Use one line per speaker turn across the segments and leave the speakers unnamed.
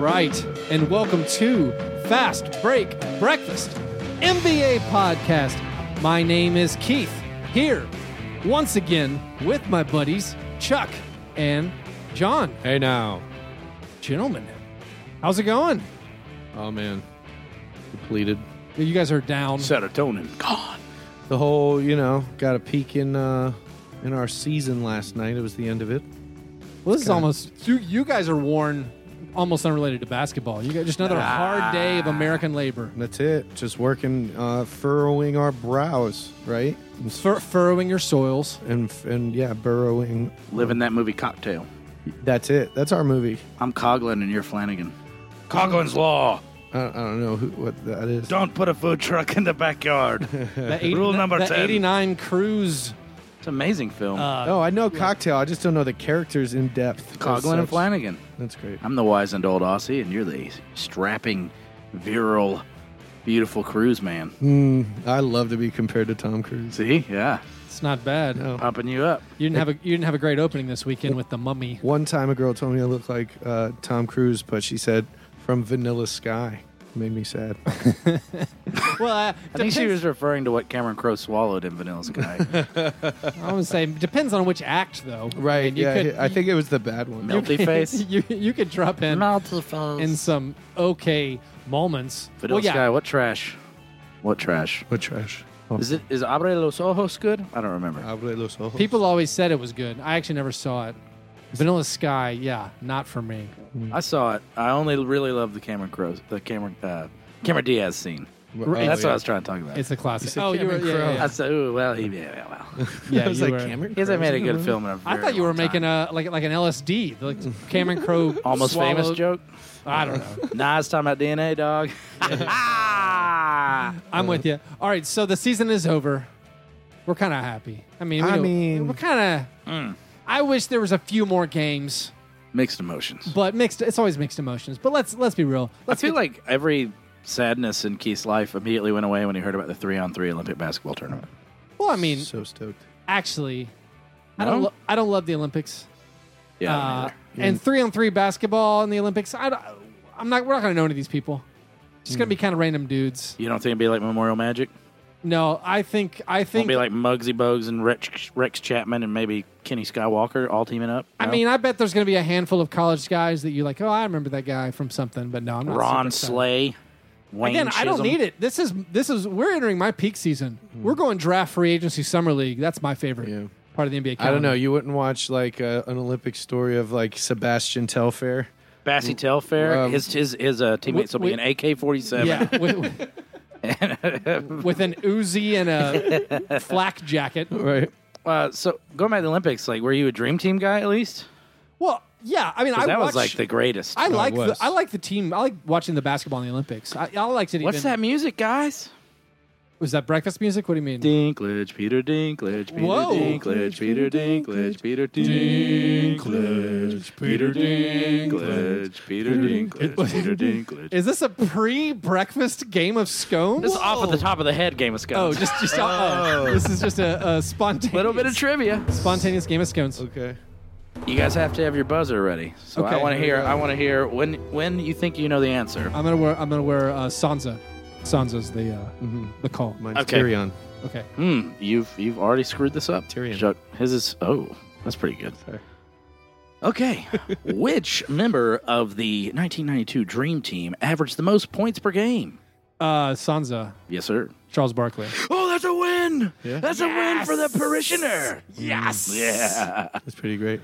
right, and welcome to Fast Break Breakfast, NBA podcast. My name is Keith, here once again with my buddies Chuck and John.
Hey now.
Gentlemen, how's it going?
Oh man. Depleted.
You guys are down.
Serotonin gone.
The whole, you know, got a peek in uh in our season last night. It was the end of it.
Well, this is almost you, you guys are worn almost unrelated to basketball. You got just another
Ah.
hard day of American labor.
And that's it. Just working uh furrowing our brows, right? And s-
Fur- furrowing your soils.
and, and yeah, burrowing.
Living that movie cocktail.
That's it. That's our movie.
I'm Coglin and you're Flanagan. Coglin's Law.
I, I don't know who what that is.
Don't put a food truck in the backyard.
The eight-
Rule number
the
10.
89 cruise.
it's an amazing film.
oh, I know cocktail. I just don't know the characters in depth. as
Coglin and
such.
Flanagan.
That's great.
I'm the wizened old Aussie and you're the strapping, virile, beautiful cruise man.
Mm, I love to be compared to Tom Cruise.
See? Yeah.
It's not bad.
No.
Pumping you up.
You didn't have a you didn't have a great opening this weekend with the mummy.
One time a girl told me I looked like uh, Tom Cruise, but she said from Vanilla Sky. Made me sad.
Well, uh,
I think she
depends-
was referring to what Cameron Crowe swallowed in Vanilla Sky.
I'm gonna say depends on which act though.
right.
mean, you
yeah.
could-
I think it was the bad one.
Melty face.
you you could drop in in some okay moments.
Vanilla
well, yeah,
Sky, what trash? What trash?
What trash?
Is it is Abre los Ojos good? I don't remember.
Oh, Abre los ojos.
people always said it was good. I actually never saw it. Vanilla Sky, yeah, not for me.
I saw it. I only really love the Cameron Crowe, the Cameron, uh, Cameron Diaz scene.
Oh,
That's
yeah.
what I was trying to talk about.
It's a classic.
said
oh, you were
Cameron Crowe.
yeah,
I
yeah,
said, ooh, well, he, yeah, well, well.
yeah.
I was
you
like
were-
Cameron.
He hasn't
Crowe's
made a
in
good
the
film in a very
I thought you were
long
making
time.
a like like an LSD, like Cameron Crowe
almost famous
swallowed-
joke.
I don't know.
Nah, it's talking about DNA, dog. Ah.
I'm with
Uh.
you. All right, so the season is over. We're kind of happy. I mean, we
I
don't-
mean-
we're kind of.
Mm.
I wish there was a few more games,
Mixed emotions.
but mixed. It's always mixed emotions. But let's let's be real.
I
Let's
feel
get-
like every sadness in Keith's life immediately went away when he heard about the three-on-three Olympic basketball tournament.
Well, I
movie.
mean,
So stoked.
actually, I
No?
don't. Lo- I don't love the Olympics.
Yeah,
Uh,
neither.
and three on three basketball in the Olympics. I don't, I'm not. We're not going to know any of these people. It's just going
Mm.
to be kind of random dudes.
you don't think it'd be like Memorial Magic?
No, I think. I
It'd
think.
be like Muggsy Bogues and Rex, Rex Chapman and maybe Kenny Skywalker all teaming up.
I
No?
mean, I bet there's going to be a handful of college guys that you like. Oh, I remember that guy from something, but no, I'm not. super
Ron
excited.
Slay, Wayne.
Again, I don't
Chisholm.
need it. This is this is we're entering my peak season.
Hmm.
We're going draft free agency summer league. That's my favorite
Yeah.
part of the NBA. Calendar.
I don't know. You wouldn't watch like uh, an Olympic story of like Sebastian Telfair.
Bassie Telfair,
Um,
his his his uh, teammates will be
wi-
an AK forty seven.
Yeah, with, with, with an Uzi and a flak jacket.
Right.
Uh, So going back to the Olympics, like were you a dream team guy at least?
Well, yeah. I mean, I
'Cause that
watch,
was like the greatest.
I like
it
the,
was.
I like the team. I like watching the basketball in the Olympics. I, I liked it.
What's
even,
that music, guys?
Was that breakfast music? What do you mean?
Dinklage, Peter Dinklage, Peter
Whoa.
Dinklage, Peter Dinklage, Peter Dinklage, Peter Dinklage, Peter Dinklage, Peter Dinklage.
Is this a pre-breakfast game of scones?
This is off at the top of the head, Game of
Oh,
Scones.
just just oh. this is just a, a spontaneous
little bit of trivia.
spontaneous game of scones.
Okay.
You guys have to have your buzzer ready. So I
Okay.
want to hear. I want to hear when when you think you know the answer.
I'm gonna wear. I'm gonna wear uh, Sansa. Sansa's the uh, the call.
Mine's
Okay.
Tyrion.
Okay.
Hmm. You've you've already screwed this up.
Tyrion.
Chuck, his is. Oh, that's pretty good.
Sorry.
Okay. Which member of the 1992 Dream Team averaged the most points per game?
Uh, Sansa.
Yes, sir.
Charles Barkley.
Oh, that's a win.
Yeah.
That's a win for the parishioner.
Yes.
Mm, Yeah.
That's pretty great.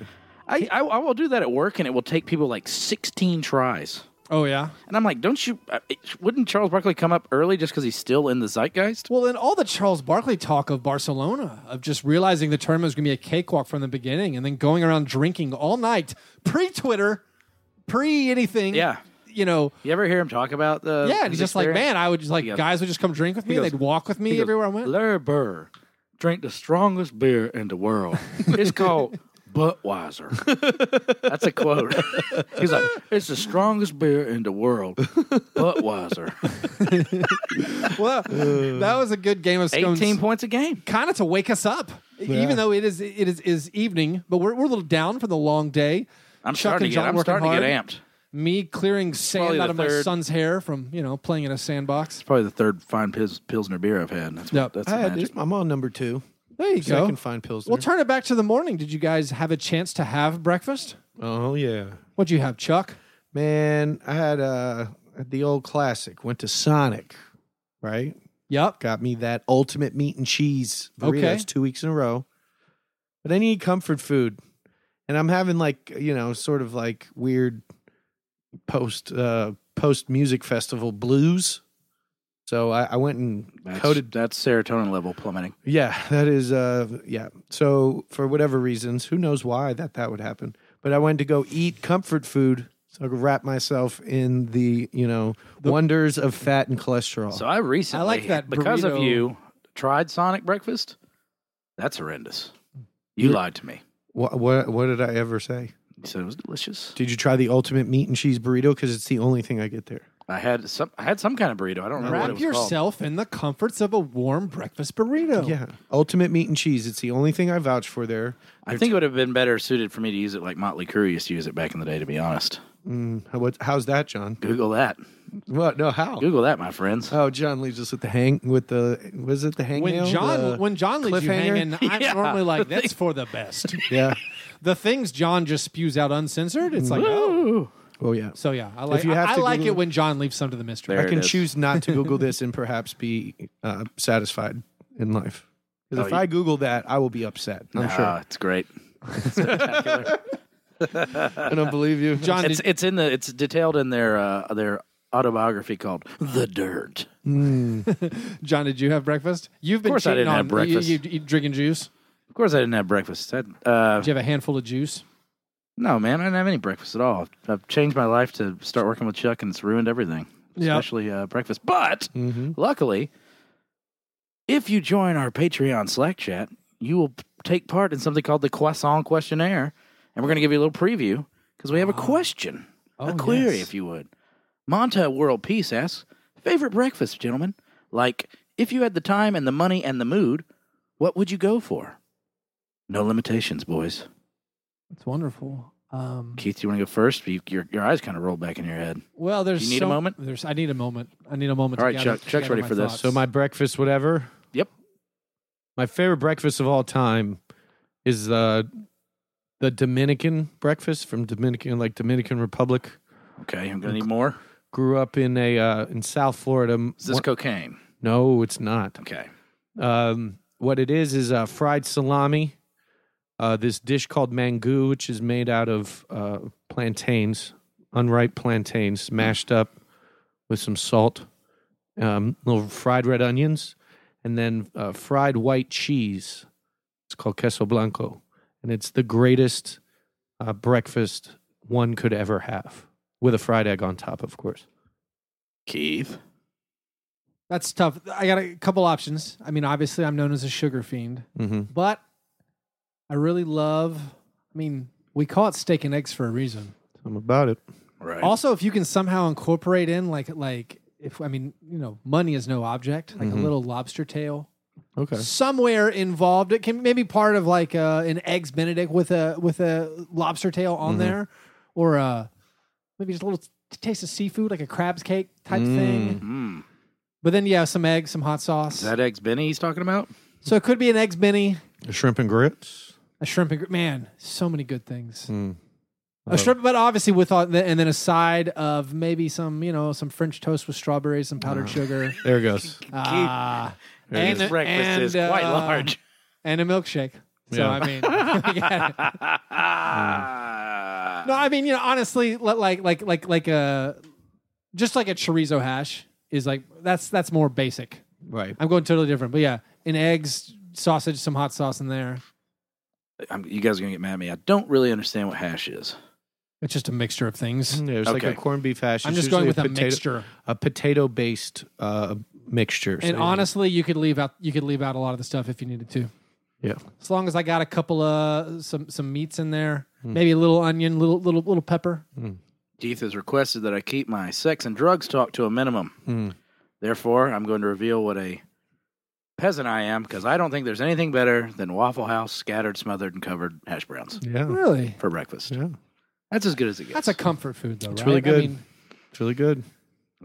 I, I I will do that at work, and it will take people like 16 tries.
Oh yeah.
And I'm like, don't you? uh, Wouldn't Charles Barkley come up early just because he's still in the zeitgeist?
Well, and all the Charles Barkley talk of Barcelona, of just realizing the tournament was going to be a cakewalk from the beginning, and then going around drinking all night, pre Twitter, pre anything.
Yeah.
You know.
You ever hear him talk about the?
Yeah, and
his
he's just like,
experience?
man, I would just like
goes-
guys would just come drink with me.
goes-
They'd walk with me
goes,
everywhere I went.
Larry Burr drank the strongest beer in the world. It's called Budweiser. That's a quote. He's like, it's the strongest beer in the world, Budweiser.
well, that was a good game of scones.
18 points a game.
kind of to wake us up, even though it is it is is evening, but we're we're a little down from the long day.
I'm
Chuck
starting
and
to
John
get, I'm
working
starting to get
hard.
amped.
me clearing sand
probably
out
the
of my
third-
son's hair from you know playing in a sandbox.
Probably the third fine Pils- Pilsner beer I've had. That's,
Yep.
that's the
I had,
magic.
I'm on number two.
There you go.
Second fine pills.
We'll turn it back to the morning. Did you guys have a chance to have breakfast?
oh yeah,
What'd you have, Chuck?
man. I had uh the old classic. Went to Sonic, right?
Yep.
Got me that ultimate meat and cheese burritos
Okay.
two weeks in a row. But I need comfort food, and I'm having like you know sort of like weird post uh post music festival blues. So I, I went and
That's,
coated.
that's serotonin level plummeting.
Yeah, that is uh yeah. So for whatever reasons, who knows why that that would happen. But I went to go eat comfort food so I could wrap myself in the, you know, wonders of fat and cholesterol.
So I recently,
like that
because of
burrito.
you, tried Sonic breakfast. That's horrendous. You lied to me.
what, what what did I ever say?
You said it was delicious.
Did you try the ultimate meat and cheese burrito cuz it's the only thing I get there?
I had some. I had some kind of burrito. I don't remember what
Wrap
it was called.
yourself in the comforts of a warm breakfast
Oh.
burrito.
Yeah. Ultimate meat and cheese, it's the only thing I vouch for there.
I think it would have been better suited for me to use it like Motley Crue used to use it back in the day. To be honest,
Mm, how, what, how's that, John?
Google that.
What? No, how?
Google that, my friends.
Oh, John leaves us with the hang with the was it the hangnail?
When John
The-
when John leaves you
cliffhanger?
hanging, I'm
Yeah.
normally like, "That's for the best."
yeah.
the things John just spews out uncensored, it's like, oh.
Ooh.
Oh yeah.
So yeah, I like
you have
I, I
to
like
Google-
it when John leaves some to the mystery.
There
I
it
can
is.
choose not to Google this and perhaps be uh, satisfied in life. 'Cause
Oh,
if
you-
I Google that, I will be upset. I'm
Ah,
sure.
it's great.
I don't believe you,
John,
It's
did,
it's in the it's detailed in their uh, their autobiography called The Dirt.
mm-hmm.
John, did you have breakfast? You've been
course I
cheating
didn't
on
have breakfast.
You, you, you drinking juice?
Of course, I didn't have breakfast. I, uh,
Did you have a handful of juice?
no, man, I didn't have any breakfast at all. I've changed my life to start working with Chuck, and it's ruined everything,
Yeah.
especially uh, breakfast. But
Mm-hmm.
luckily, if you join our Patreon Slack chat, you will p- take part in something called the Croissant Questionnaire, and we're going to give you a little preview because we have a question, a
Ah. Oh,
query,
yes.
if you would. Monta World Peace asks, favorite breakfast, gentlemen? Like, if you had the time and the money and the mood, what would you go for? No limitations, boys.
That's wonderful. Um,
Keith, you want to go first? You, your, your eyes kind of roll back in your head.
well, there's
You need a
so-
moment?
There's I need a moment. I need a moment.
All
to
right,
gather-
Chuck- Chuck's
gather
ready
my
for this.
thoughts.
So my breakfast, whatever.
Yep.
My favorite breakfast of all time is the the Dominican breakfast from Dominican, like Dominican Republic.
Okay, I'm going to need more.
Grew up in a uh, in South Florida.
Is this
One-
cocaine?
no, it's not.
Okay.
Um, what it is is uh, fried salami. Uh, this dish called mangou, which is made out of uh, plantains, unripe plantains, mashed up with some salt, um, little fried red onions, and then uh, fried white cheese. It's called queso blanco, and it's the greatest uh, breakfast one could ever have, with a fried egg on top, of course.
Keith?
That's tough. I got a couple options. I mean, obviously, I'm known as a sugar fiend,
Mm-hmm.
but I really love. I mean, we call it steak and eggs for a reason.
I'm about it.
Right.
Also, if you can somehow incorporate in like like if I mean you know money is no object, like a
Mm-hmm.
Mhm.
little lobster tail
Okay.
somewhere involved. It can maybe part of like uh, an eggs Benedict with a with a lobster tail on
Mhm.
there, or uh, maybe just a little t- taste of seafood, like a crab's cake type thing.
Mm.
But then yeah, some eggs, some hot sauce.
Is that Eggs Benny he's talking about?
so it could be an eggs Benny,
Shrimp and grits.
a shrimp and gr- man, so many good things.
Mm.
A shrimp, but obviously with all, the- and then a side of maybe some you know some French toast with strawberries, some
Uh-huh.
powdered sugar.
There it goes.
Ah, and,
His breakfast is
and,
quite
uh,
large.
and a milkshake. So
Yeah.
I mean, yeah. no, I mean you know honestly, li- like like like like a just like a chorizo hash is like that's that's more basic.
Right.
I'm going totally different, but yeah, an eggs, sausage, some hot sauce in there.
I'm, you guys are gonna get mad at me. I don't really understand what hash is.
It's just a mixture of things.
Yeah, it's Mm, like
Okay.
a corned beef hash.
I'm
It's
just going
Mm-hmm. usually
with a
potato,
mixture.
a potato-based uh, mixture. So,
And honestly, you could leave out you could leave out a lot of the stuff if you needed to.
yeah,
As long as I got a couple of some some meats in there,
Hmm.
maybe a little onion, little little little pepper.
Keith has requested that I keep my sex and drugs talk to a minimum.
mm.
Therefore, I'm going to reveal what a peasant I am because I don't think there's anything better than Waffle House scattered, smothered, and covered hash browns
yeah,
Really?
for breakfast.
yeah.
That's as good as it gets.
That's a comfort food, though.
It's
right?
really
I
good.
mean,
It's really good.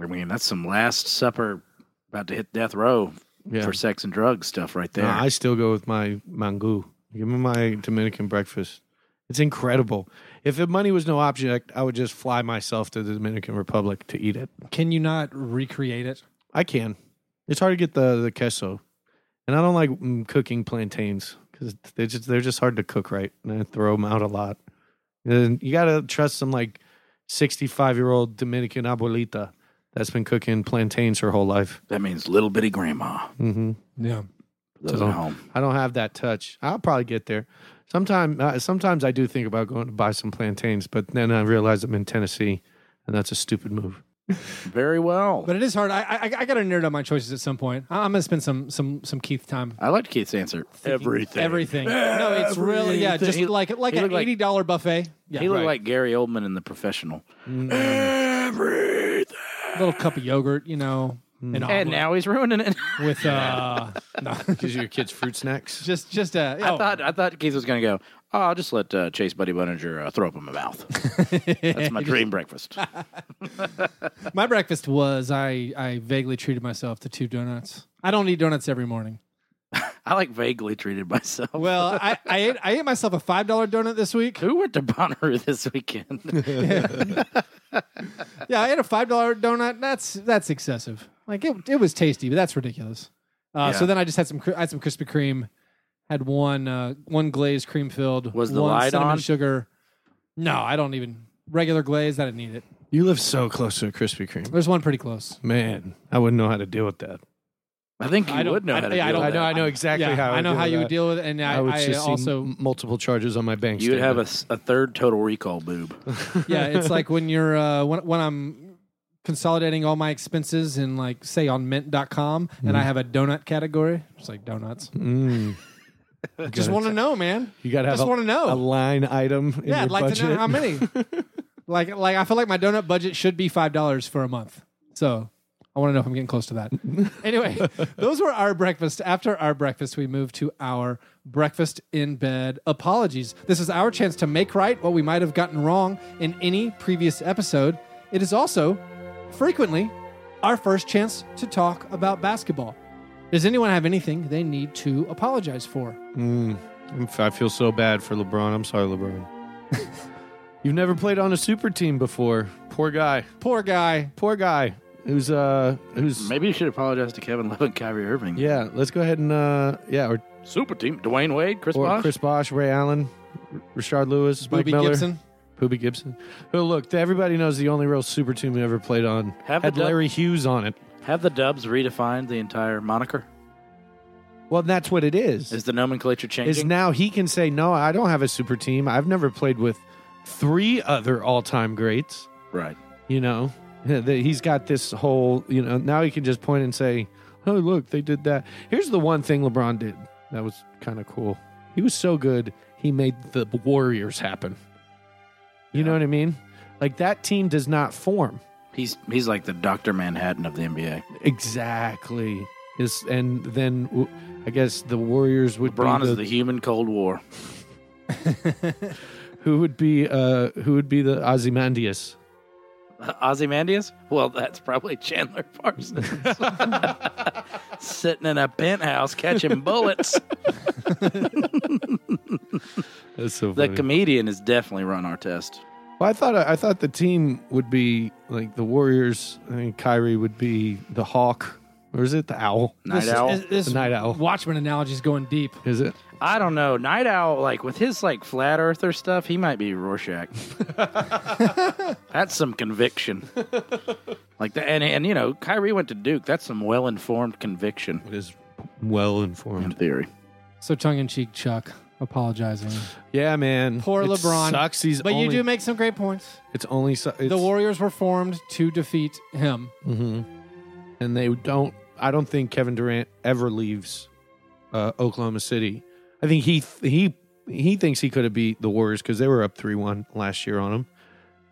I mean, that's some Last Supper about to hit death row
Yeah.
for sex and drugs stuff right there.
No, I still go with my mango. Give me my Dominican breakfast. It's incredible. If money was no object, I would just fly myself to the Dominican Republic to eat it.
can you not recreate it?
I can. It's hard to get the the queso, and I don't like mm, cooking plantains because they just they're just hard to cook right, and I throw them out a lot. And you gotta trust some like sixty five year old Dominican abuelita that's been cooking plantains her whole life.
that means little bitty grandma.
hmm
Yeah.
Those
So-
at home.
I don't have that touch. I'll probably get there. Sometime, uh, sometimes I do think about going to buy some plantains, but then I realize I'm in Tennessee, and that's a stupid move.
Very well.
But it is hard. I I, I got to nerd out my choices at some point. I- I'm gonna spend some some some Keith time.
I liked Keith's answer. Everything.
Everything. No, it's really yeah, just
He-
like like
he
an
looked like-
eighty dollar buffet. Yeah,
he looked
right.
like Gary Oldman in The Professional. Everything.
a little cup of yogurt, you know, an
Hmm. And
omelet
now he's ruining it.
with uh, no,
These are your kids' fruit snacks.
just just uh,
I thought I thought Keith was going to go. Oh, I'll just let uh, Chase Buddy Buninger uh, throw up in my mouth. That's my dream breakfast.
My breakfast was I, I vaguely treated myself to two donuts. I don't eat donuts every morning.
I like vaguely treated myself.
Well, I, I, ate, I ate myself a $5 donut this week.
Who went to Bonnaroo this weekend?
Yeah, I ate a $5 donut. That's that's excessive. Like it, it was tasty, but that's ridiculous. Uh, So
Yeah.
then I just had some cr- I had some Krispy Kreme, had one uh, one glazed cream filled.
Was the
one
light
cinnamon
on?
sugar? No, I don't even regular glaze. I didn't need it.
You live so close to a Krispy Kreme,
There's one pretty close.
Man, I wouldn't know how to deal with that.
I think you
I don't-
would know
I-
how to
yeah, I
deal
don't-
with
I know,
that.
I know exactly
yeah,
how.
I know
would
how
deal
you
with
would
that.
deal with it, and I,
I would
I
just see
also
m- multiple charges on my bank.
You would have a,
statement.
s- a third total recall boob.
yeah, it's like when you're uh, when when I'm consolidating all my expenses in like say on mint.com and
Mm-hmm.
I have a donut category. It's like donuts.
Mm.
Just want to know, man.
You gotta have
Just
a-
wanna know.
a line item. In
Yeah,
your
I'd like
budget.
to know how many. like like I feel like my donut budget should be five dollars for a month. So I want to know if I'm getting close to that. anyway, those were our breakfast. After our breakfast, we moved to our breakfast in bed apologies. This is our chance to make right what we might have gotten wrong in any previous episode. It is also frequently our first chance to talk about basketball. Does anyone have anything they need to apologize for?
Mm. In fact, I feel so bad for LeBron. I'm sorry, LeBron. You've never played on a super team before. Poor guy.
Poor guy.
Poor guy. Who's uh? Who's
Maybe you should apologize to Kevin Love and Kyrie Irving.
yeah? Let's go ahead and uh, yeah, or,
Super team. Dwayne Wade, Chris
or
Bosch.
Chris Bosh, Ray Allen, R- Rashard Lewis, Mike
Booby
Miller,
Gibson.
Poobie Gibson. Who look? Everybody knows the only real super team we ever played on
Have
had
the dub-
Larry Hughes on it.
Have the Dubs redefined the entire moniker?
Well, that's what it is.
Is the nomenclature changing?
Is now he can say no, I don't have a super team. I've never played with three other all-time greats.
right.
you know that he's got this whole you know now he can just point and say oh look they did that here's the one thing lebron did that was kind of cool he was so good he made the warriors happen you know what i mean like that team does not form
He's he's like the Doctor Manhattan of the NBA.
exactly is and then w- i guess the warriors would
LeBron
be
is
the,
the human Cold War.
who would be uh who would be the ozymandias
Ozymandias? Well, that's probably Chandler Parsons. Sitting in a penthouse catching bullets.
that's so
the comedian is definitely Ron Artest.
Well, I thought I thought the team would be like the Warriors. I think Kyrie would be the Hawk, or is it the Owl?
Night
This is-
Owl.
This, this
The Night Owl.
Watchman analogy is going deep.
Is it?
I don't know. Night Owl, like with his like flat earther stuff, he might be Rorschach. That's some conviction. Like that, and and you know, Kyrie went to Duke. That's some well informed conviction
It is well
in
informed.
theory.
So tongue in cheek, Chuck, apologizing.
Yeah, man.
Poor
It
LeBron.
Sucks. He's
But
only,
you do make some great points.
It's only su- it's,
the Warriors were formed to defeat him.
Mhm. And they don't. I don't think Kevin Durant ever leaves uh, Oklahoma City. I think he he he thinks he could have beat the Warriors because they were up three one last year on him.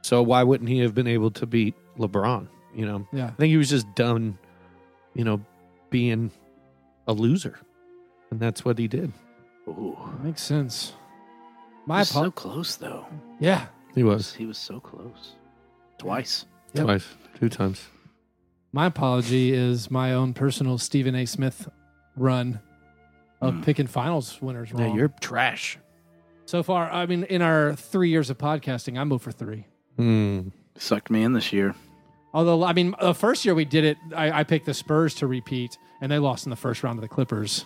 So why wouldn't he have been able to beat LeBron? You know.
Yeah.
I think he was just done, you know, being a loser. And that's what he did.
Ooh,
Makes sense. My
You're
apo-
so close though.
Yeah.
He was
He was so close. Twice.
Yep.
twice, two times.
My apology is my own personal Stephen A. Smith run of
Hmm.
picking finals winners wrong.
Yeah, you're trash.
so far, I mean, in our three years of podcasting, I'm over three.
Mm.
Sucked me in this year.
Although, I mean, the first year we did it, I, I picked the Spurs to repeat, and they lost in the first round to the Clippers.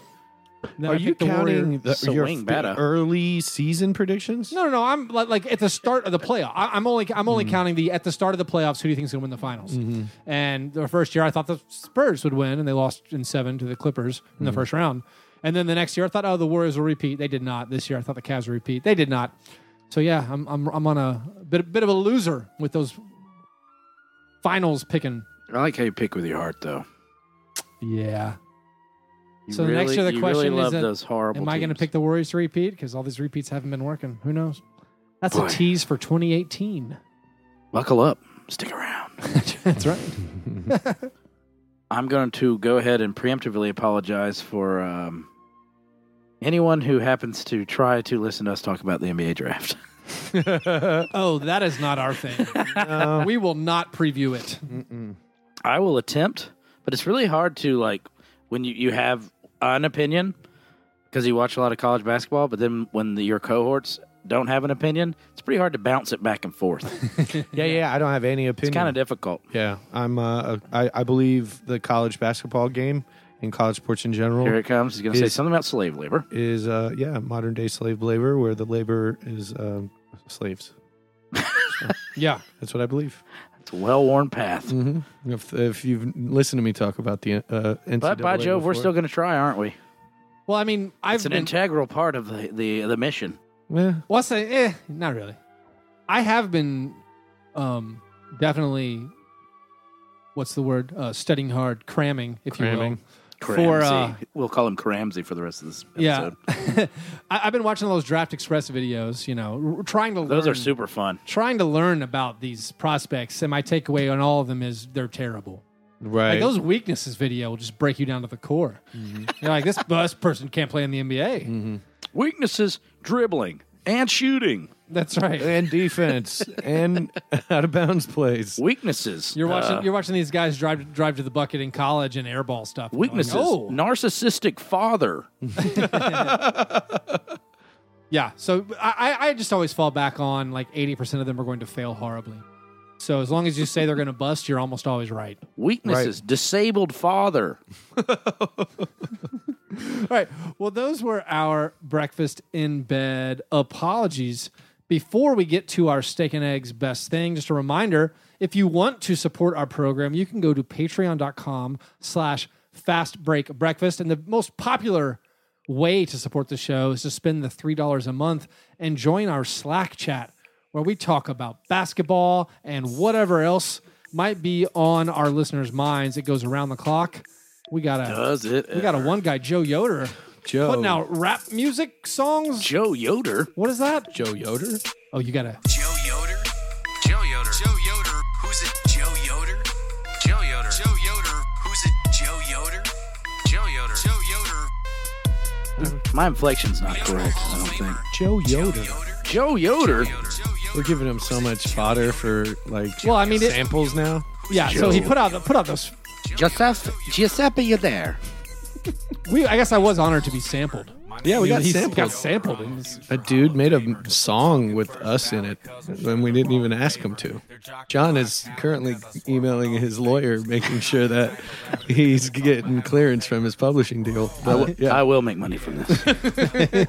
And then
Are
I
you
picked the Warriors.
counting the, your
Swing
f-
better.
early season predictions?
No, no, no. I'm like, like at the start of the playoff. I, I'm only I'm only counting the at the start of the playoffs. Who do you think is going to win the finals? And the first year, I thought the Spurs would win, and they lost in seven to the Clippers in the first round. And then the next year, I thought, oh, the Warriors will repeat. They did not. This year, I thought the Cavs will repeat. They did not. So yeah, I'm I'm, I'm on a bit bit of a loser with those finals picking.
I like how you pick with your heart, though.
Yeah.
You
So the next year the
you
question
really
is
love
that-
those horrible.
Am I going to
teams.
pick the Warriors to repeat? Because all these repeats haven't been working. Who knows? That's
Boy.
a tease for 2018.
Buckle up. Stick around.
That's right.
I'm going to go ahead and preemptively apologize for um, anyone who happens to try to listen to us talk about the NBA draft.
Oh, that is not our thing.
No.
we will not preview it.
Mm-mm.
I will attempt, but it's really hard to like when you, you have an opinion because you watch a lot of college basketball, but then when the, your cohorts don't have an opinion, it's pretty hard to bounce it back and forth.
Yeah, yeah. I don't have any
It's
opinion.
kind of difficult.
yeah, I'm. Uh, I, I believe the college basketball game and college sports in general
Here it comes. He's going to say
Is-
something about slave labor.
is uh yeah modern day slave labor where the labor is um, slaves
Yeah.
that's what i believe
It's a well worn path.
mm-hmm. if, if you've listened to me talk about the uh NCAA
But by Jove, we're
before-
still going to try, aren't we?
Well, I mean, I've
It's an
been.
integral part of the, the, the mission.
yeah
well, I say, eh, not really. I have been, um, definitely. What's the word? Uh, studying hard, cramming, if you
Cramming.
will. For uh,
Ramsey. we'll call him Cramsey for the rest of this
yeah,
episode.
I, I've been watching those Draft Express videos. You know, r- trying to
Those
learn,
are super fun.
trying to learn about these prospects, and my takeaway on all of them is they're terrible.
right
Like those weaknesses video will just break you down to the core.
Mm-hmm.
You're like, this bus person can't play in the NBA.
Weaknesses dribbling and shooting.
That's right.
and defense and out of bounds plays
Weaknesses.
You're watching.
uh,
you're watching these guys drive drive to the bucket in college and airball stuff. You're like,
weaknesses.
oh,
Narcissistic father.
yeah. So I, I I just always fall back on like 80 percent of them are going to fail horribly. So as long as you say they're going to bust, you're almost always right.
Weaknesses. Disabled father.
All right. Well, those were our breakfast in bed apologies. Before we get to our steak and eggs best thing, just a reminder: if you want to support our program, you can go to Patreon.com/slash Fast Break Breakfast, and the most popular way to support the show is to spend the three dollars a month and join our Slack chat where we talk about basketball and whatever else might be on our listeners' minds. It goes around the clock. We got a
Does it?
we got a one guy, Joe Yoder,
joe
putting out rap music songs.
Joe Yoder.
What is that?
joe yoder
Oh, you gotta.
Joe Yoder. Joe Yoder. Joe Yoder. Who's it? Joe Yoder. Joe Yoder. Joe Yoder. Who's it? Joe Yoder. Joe Yoder. Joe Yoder.
My inflection's not correct, I don't think.
joe yoder
Joe Yoder.
we're giving him so much fodder for like
Well, I mean, it-
samples now
Yeah. So
Joe.
he put out put out those.
Giuseppe, Giuseppe, you there?
We I guess I was honored to be sampled.
yeah we got
he
samples
got sampled. in this-
A dude made a song with us in it when we didn't even ask him to. John is currently emailing his lawyer, making sure that he's getting clearance from his publishing deal. But, yeah,
I will make money from this.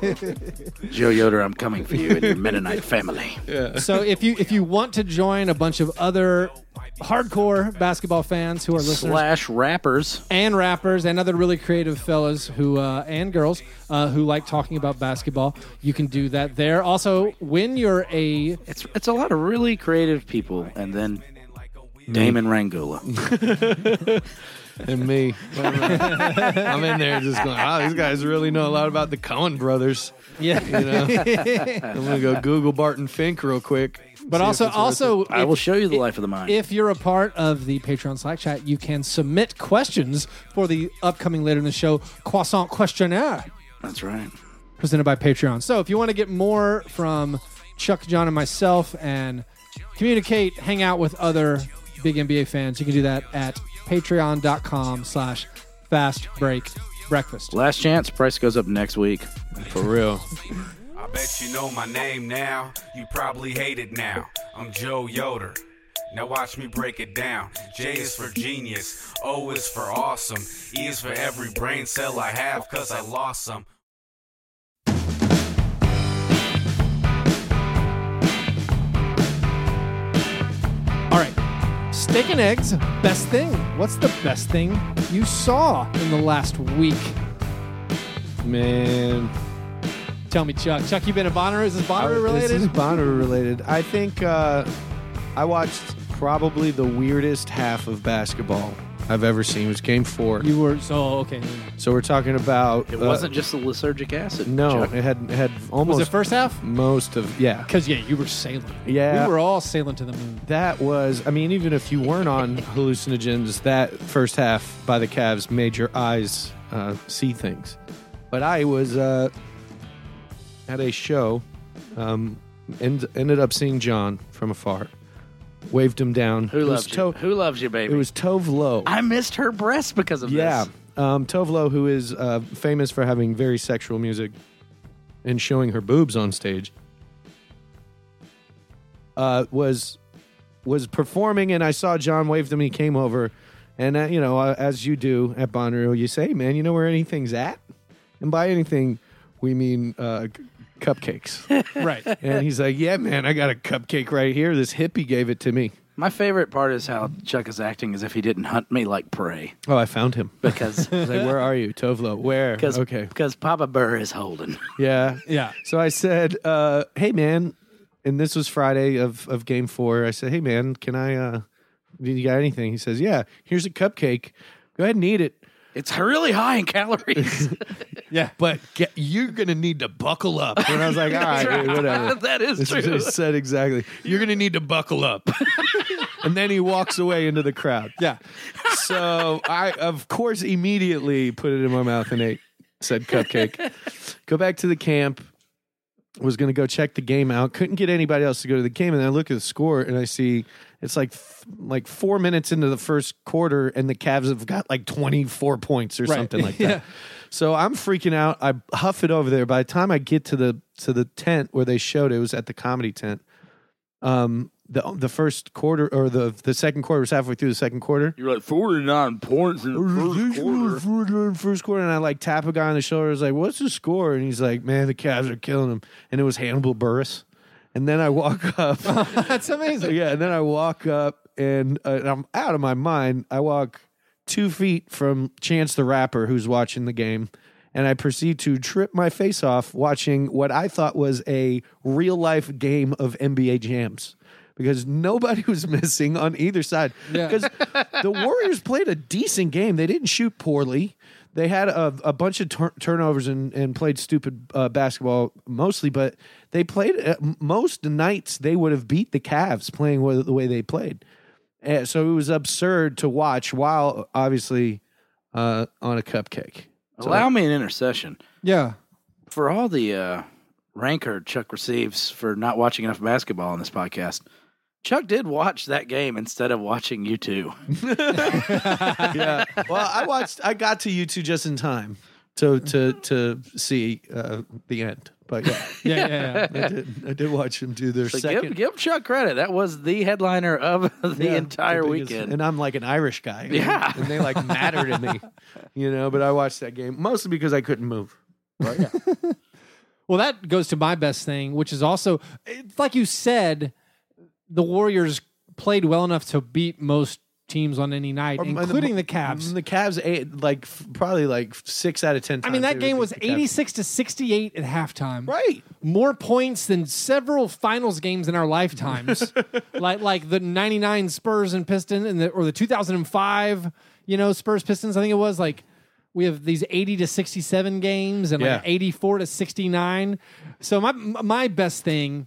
Joe Yoder, I'm coming for you and your Mennonite family.
so if you if you want to join a bunch of other hardcore basketball fans who are listeners
Slash rappers.
and rappers and other really creative fellas who uh, and girls uh, who like talking about basketball, you can do that there. Also, when you're a
It's it's a lot of really creative people, and then Damon Rangola.
and me, I'm in there just going, "Wow, these guys really know a lot about the Cohen brothers."
yeah,
You know, I'm gonna go Google Barton Fink real quick.
but
See
also
if it's worth it.
also
I will show you the life of the mind.
If you're a part of the Patreon Slack chat, you can submit questions for the upcoming later in the show croissant questionnaire
That's right.
presented by Patreon. So if you want to get more from Chuck, John, and myself and communicate, hang out with other big NBA fans. You can do that at patreon.com slash fast break breakfast.
Last chance. Price goes up next week.
For real.
I bet you know my name now. You probably hate it now. I'm Joe Yoder. Now watch me break it down. J is for genius, O is for awesome, E is for every brain cell I have, cause I lost some.
All right. Steak and eggs, best thing. What's the best thing you saw in the last week?
Man.
Tell me, Chuck. Chuck, you been a Bonner? Is this Bonner
I-
related?
Uh, This is Bonner related. I think uh, I watched probably the weirdest half of basketball I've ever seen. It was game four.
you were so okay.
so we're talking about.
It
uh,
wasn't just the lysergic acid.
No,
Chuck.
it had it had almost
Was it first half?
most of yeah.
Because yeah, you were sailing.
Yeah.
we were all sailing to the moon.
That was I mean even if you weren't on hallucinogens, that first half by the Cavs made your eyes uh, see things. But I was uh, at a show, um, and ended up seeing John from afar, waved him down.
Who
It was
loves you?
Tove-
Who loves you, baby?
It was Tove Lo.
I missed her breast because of
Yeah.
this.
Um, Tove Lo, who is uh, famous for having very sexual music and showing her boobs on stage, uh, was was performing, and I saw John wave to me, came over, and uh, you know, uh, as you do at Bonnaroo, you say, "Man, you know where anything's at?" And by anything, we mean uh, c- cupcakes.
Right.
and he's like, "Yeah, man, I got a cupcake right here. This hippie gave it to me."
My favorite part is how Chuck is acting as if he didn't hunt me like prey
Oh, I found him. I
because
was like, "Where are you, Tovlo? Where?"
because
Okay,
because Papa Burr is holding.
yeah,
Yeah.
So I said, uh, "Hey, man," and this was Friday of of Game Four. I said, "Hey, man, can I? Uh, do you got anything?" He says, "Yeah, here's a cupcake. Go ahead and eat it,
It's really high in calories.
Yeah.
but get, you're gonna need to buckle up." And I was like, "All right, dude, whatever."
that is
That's what
true.
I said exactly. You're gonna need to buckle up. and then he walks away into the crowd.
Yeah.
So I, of course, immediately put it in my mouth and ate said cupcake. go back to the camp. Was going to go check the game out. Couldn't get anybody else to go to the game, and I look at the score and I see it's like th- like four minutes into the first quarter, and the Cavs have got like twenty four points or
Right.
something like that.
Yeah.
So I'm freaking out. I huff it over there. By the time I get to the to the tent where they showed it, it was at the comedy tent. Um, the the first quarter or the the second quarter was halfway through the second quarter.
You're like 49 points in
First quarter, and I like tap a guy on the shoulder. I was like, "What's the score?" And he's like, "Man, the Cavs are killing him." And it was Hannibal Burris. And then I walk up,
That's amazing.
yeah. And then I walk up, and, uh, and I'm out of my mind. I walk two feet from Chance the Rapper, who's watching the game, and I proceed to trip my face off watching what I thought was a real life game of NBA jams. Because nobody was missing on either side.
Yeah.
Because the Warriors played a decent game. They didn't shoot poorly. They had a, a bunch of tur- turnovers and, and played stupid uh, basketball mostly, but they played uh, m- most nights they would have beat the Cavs playing wa- the way they played. And so it was absurd to watch while obviously uh, on a cupcake.
Allow me an intercession.
Yeah.
For all the uh, rancor Chuck receives for not watching enough basketball on this podcast, Chuck did watch that game instead of watching you two.
yeah. Well, I watched. I got to you two just in time to to to see uh, the end. But yeah,
Yeah. Yeah. yeah.
I did. I did watch them do their
So
second.
give, give Chuck credit. That was the headliner of the
Yeah,
entire
the biggest-
weekend.
And I'm like an Irish guy.
Yeah.
And they like matter to me, you know, but I watched that game mostly because I couldn't move.
Well, that goes to my best thing, which is also it's like you said, the Warriors played well enough to beat most teams on any night,
Um, and the-
including the Cavs.
The Cavs ate like f- probably like six out of
I
10 times.
mean, that
they
game
would
was
beat the Cavs.
86 to 68 at halftime.
Right.
More points than several finals games in our lifetimes. like like the 99 Spurs and Pistons and the, or the 2005, you know, Spurs Pistons, I think it was like we have these 80 to 67 games and
Yeah.
like 84 to 69. So my my best thing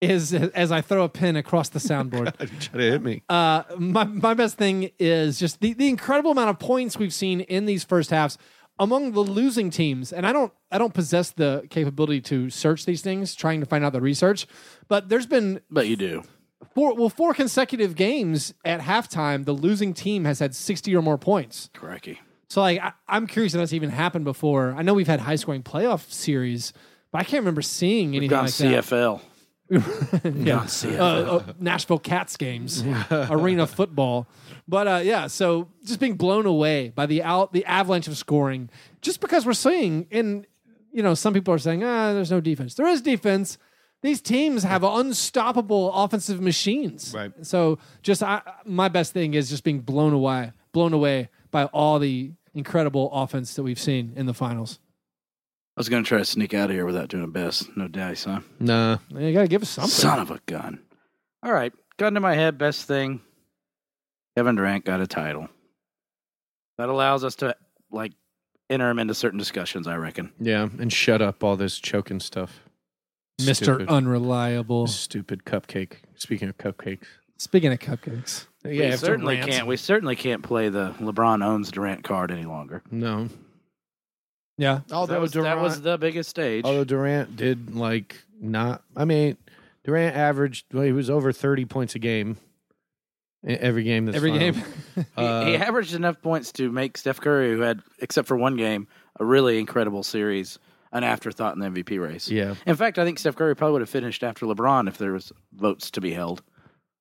is as I throw a pin across the soundboard
You try to hit me.
uh, my, my best thing is just the, the incredible amount of points we've seen in these first halves among the losing teams, and I don't I don't possess the capability to search these things, trying to find out the research, but there's been
But you do.
four well four consecutive games at halftime. The losing team has had sixty or more points.
Cracky.
So like I, I'm curious if that's even happened before. I know we've had high scoring playoff series, but I can't remember seeing anything
Gone
like that.
CFL.
yeah. Uh, uh, Nashville Cats games, arena football. But uh, yeah, so just being blown away by the out the avalanche of scoring, just because we're seeing and you know some people are saying ah there's no defense. There is defense. These teams have unstoppable offensive machines.
Right.
So just I, my best thing is just being blown away, blown away by all the incredible offense that we've seen in the finals.
I was going to try to sneak out of here without doing a best. No dice, huh?
Nah.
You got to give us something.
Son of a gun. All right. Gun to my head, best thing. Kevin Durant got a title. That allows us to like enter him into certain discussions, I reckon.
Yeah. And shut up all this choking stuff.
Mr.
Stupid.
Unreliable.
Stupid cupcake. Speaking of cupcakes.
Speaking of cupcakes.
Yeah,
we
after
certainly
rant.
can't we certainly can't play the LeBron owns Durant card any longer.
No.
Yeah.
Although
that was,
Durant,
that was the biggest stage.
although Durant did like not. I mean, Durant averaged. Well, he was over thirty points a game. e- Every game. This
Every
final.
game.
He-
Uh,
he, averaged enough points to make Steph Curry, who had, except for one game, a really incredible series, an afterthought in the MVP race.
Yeah.
In fact, I think Steph Curry probably would have finished after LeBron if there was votes to be held.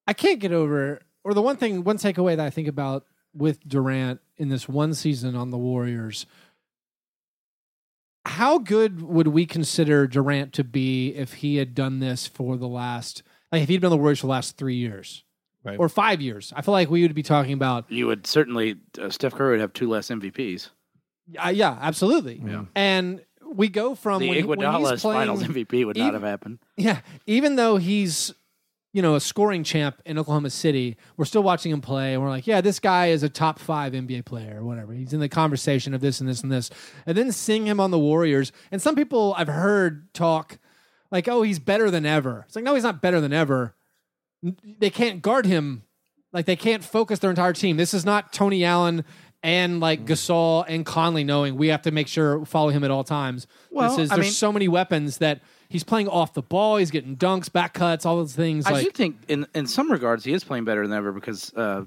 I can't get over, or the one thing, one takeaway that I think about with Durant in this one season on the Warriors. How good would we consider Durant to be if he had done this for the last, like if he'd been on the Warriors for the last three years
Right.
or five years? I feel like we would be talking about,
You would certainly uh, Steph Curry would have two less MVPs.
uh, yeah, absolutely.
Yeah.
And we go from
the
when, he- when he's
Iguodala's
playing,
Finals MVP would
even-
not have happened.
Yeah, even though he's you know a scoring champ in Oklahoma City, we're still watching him play, and we're like, yeah, this guy is a top five NBA player or whatever. He's in the conversation of this and this and this, and then seeing him on the Warriors, and some people I've heard talk like, oh, he's better than ever. It's like, no, he's not better than ever. N- They can't guard him. Like they can't focus their entire team. This is not Tony Allen and
Mm.
like Gasol and Conley knowing we have to make sure follow him at all times.
Well,
this is
I
there's
mean-
so many weapons that he's playing off the ball. He's getting dunks, back cuts, all those things.
I
like
do think, in in some regards, he is playing better than ever because uh,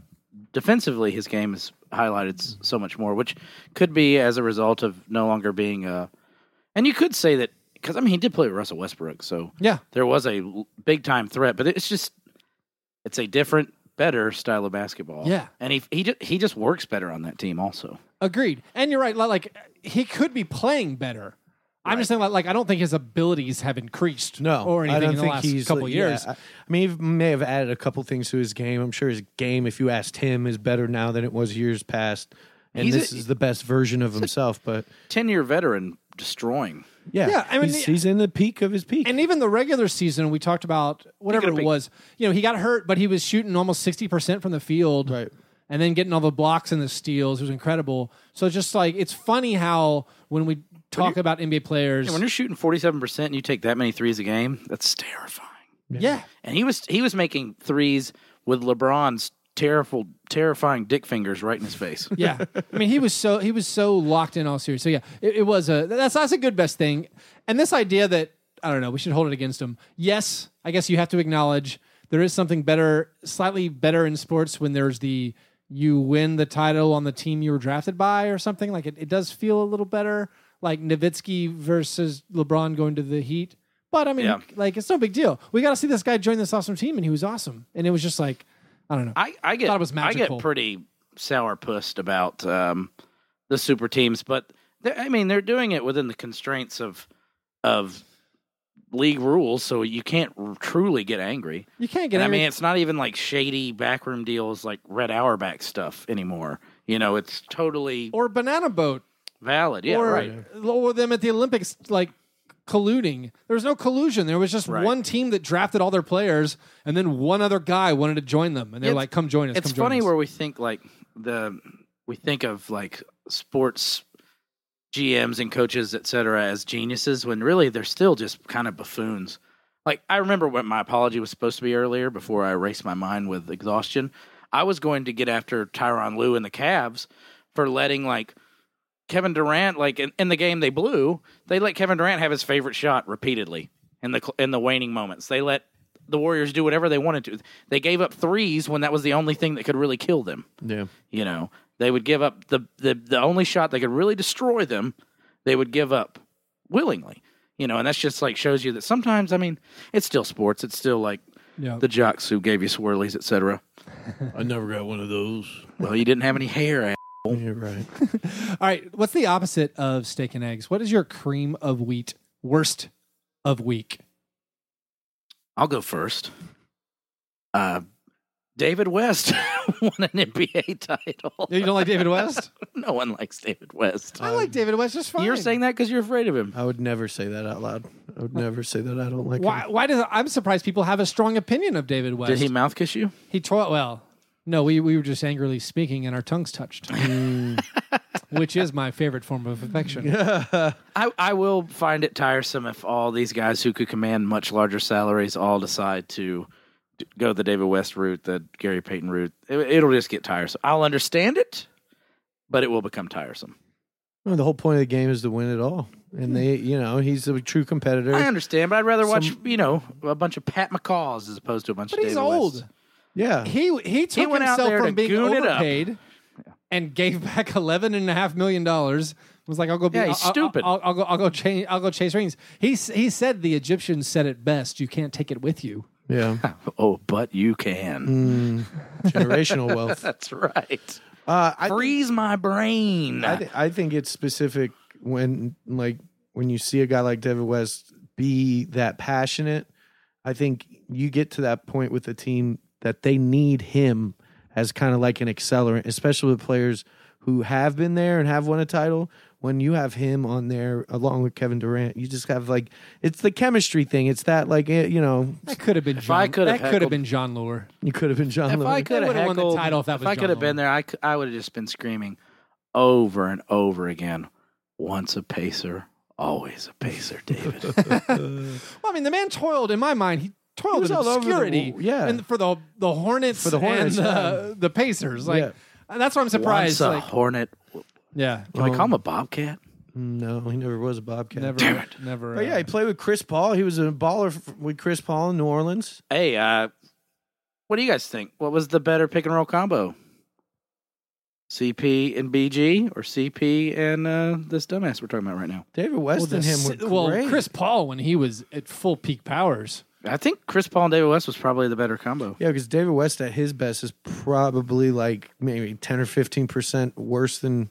defensively his game is highlighted s- so much more, which could be as a result of no longer being. Uh, and you could say that because I mean he did play with Russell Westbrook, so
yeah,
there was a l- big time threat, but it's just it's a different, better style of basketball.
Yeah.
and he he ju- he just works better on that team also.
agreed. And you're right. li- Like he could be playing better. I'm just saying, like, like, I don't think his abilities have increased
No,
or anything
I don't
in the
think
last
he's uh,
couple
yeah,
years.
I, I mean, he may have added a couple things to his game. I'm sure his game, if you asked him, is better now than it was years past. And
He's a-
this is the best version of himself. But
Ten year veteran destroying.
yeah,
Yeah, I mean,
he's,
the-
he's in the peak of his peak.
and even the regular season, we talked about whatever
Pick it up,
it
pick-
was. You know, he got hurt, but he was shooting almost sixty percent from the field,
Right.
And then getting all the blocks and the steals it was incredible. So just like it's funny how when we talk about NBA players,
When you're shooting forty seven percent and you take that many threes a game, that's terrifying.
yeah,
And he was he was making threes with LeBron's terrible, terrifying dick fingers right in his face.
yeah. I mean, he was so he was so locked in all series. So yeah, it, it was a that's that's a good best thing. And this idea that I don't know, we should hold it against him. Yes, I guess you have to acknowledge there is something better, slightly better in sports when there's the you win the title on the team you were drafted by or something. Like it, it does feel a little better, like Nowitzki versus LeBron going to the Heat. But I mean,
Yeah.
like it's no big deal. We got to see this guy join this awesome team, and he was awesome. And it was just like, I don't know.
I, I get
Thought it was
I
magical.
get pretty sourpussed about um, the super teams, but they're- I mean they're doing it within the constraints of of league rules, so you can't r- truly get angry.
you can't get.
And I
every-
mean, it's not even like shady backroom deals like Red Auerbach stuff anymore. You know, it's totally
or banana boat.
valid. Yeah,
or,
right.
or them at the Olympics like colluding. There was no collusion. There was just
Right.
one team that drafted all their players, and then one other guy wanted to join them, and they're
It's-
like, "Come join us."
it's
come join
funny
us."
where we think like the we think of like sports GMs and coaches, et cetera, as geniuses when really they're still just kind of buffoons. Like I remember what my apology was supposed to be earlier before I erased my mind with exhaustion. I was going to get after Tyron Lue and the Cavs for letting like Kevin Durant, like in, in the game they blew, they let Kevin Durant have his favorite shot repeatedly in the cl- in the waning moments. They let the Warriors do whatever they wanted to. They gave up threes when that was the only thing that could really kill them.
Yeah.
You know, they would give up the the, the only shot that could really destroy them. They would give up willingly. You know, and that's just like shows you that sometimes. I mean, it's still sports. It's still like
Yeah.
the jocks who gave you swirlies, etc.
I never got one of those.
Well, you didn't have any hair. a-
You're right.
All right. What's the opposite of steak and eggs? What is your cream of wheat worst of week?
I'll go first. Uh, David West won an NBA title.
You don't like David West?
No one likes David West.
I like David West just fine.
You're saying that because you're afraid of him.
I would never say that out loud. I would never say that I don't like
why?
him.
Why does I'm surprised people have a strong opinion of David West?
Did he mouth kiss you?
He tore well. No, we, we were just angrily speaking and our tongues touched, Mm. which is my favorite form of affection.
I, I will find it tiresome if all these guys who could command much larger salaries all decide to d- go the David West route, the Gary Payton route. It, it'll just get tiresome. I'll understand it, but it will become tiresome.
Well, the whole point of the game is to win it all. And they, you know, he's a true competitor.
I understand, but I'd rather watch, you know, a bunch of Pat McCaws as opposed to a bunch
But
of
he's
David
old.
West.
yeah.
He he took
went out
himself
there to
from being
goon it up.
overpaid and gave back eleven and a half million dollars. Was like I'll go. Be,
Yeah, he's
I'll- I'll-
stupid.
I'll, I'll go. I'll go. Change, I'll go chase rings. He s- he said the Egyptians said it best. You can't take it with you.
yeah.
Oh, but you can.
Generational wealth.
That's right.
Uh, I,
Freeze my brain.
I, th- I think it's specific when like when you see a guy like David West be that passionate. I think you get to that point with the team that they need him as kind of like an accelerant, especially with players who have been there and have won a title. When you have him on there along with Kevin Durant, you just have like it's the chemistry thing. It's that like eh, you know
That could have been. If
I could
that
have
could have
heckled-
been John Lure.
you could have been John.
if
Lillard.
I could have
would've won
heckled,
the title if that was
I
John
could have been
Lillard.
there, I, c- I would have just been screaming over and over again. Once a pacer, always a pacer, David.
Well, I mean, the man toiled. In my mind, he toiled
was
in
all over the
obscurity.
wo- yeah.
and for the the Hornets
For the Hornets,
and the, the Pacers. Like that's why I'm
Once
surprised.
a
Like, um,
hornet.
yeah,
Can we call him a bobcat?
Mm, no, he never was a Bobcat.
never,
Damn it.
never.
But yeah,
uh,
he played with Chris Paul. He was a baller f- with Chris Paul in New Orleans.
Hey, uh, what do you guys think? What was the better pick and roll combo? CP and BG or CP and uh, this dumbass we're talking about right now?
David West
well, the
and him
si-
were
well,
great.
Chris Paul when he was at full peak powers.
I think Chris Paul and David West was probably the better combo.
Yeah, because David West at his best is probably like maybe ten or fifteen percent worse than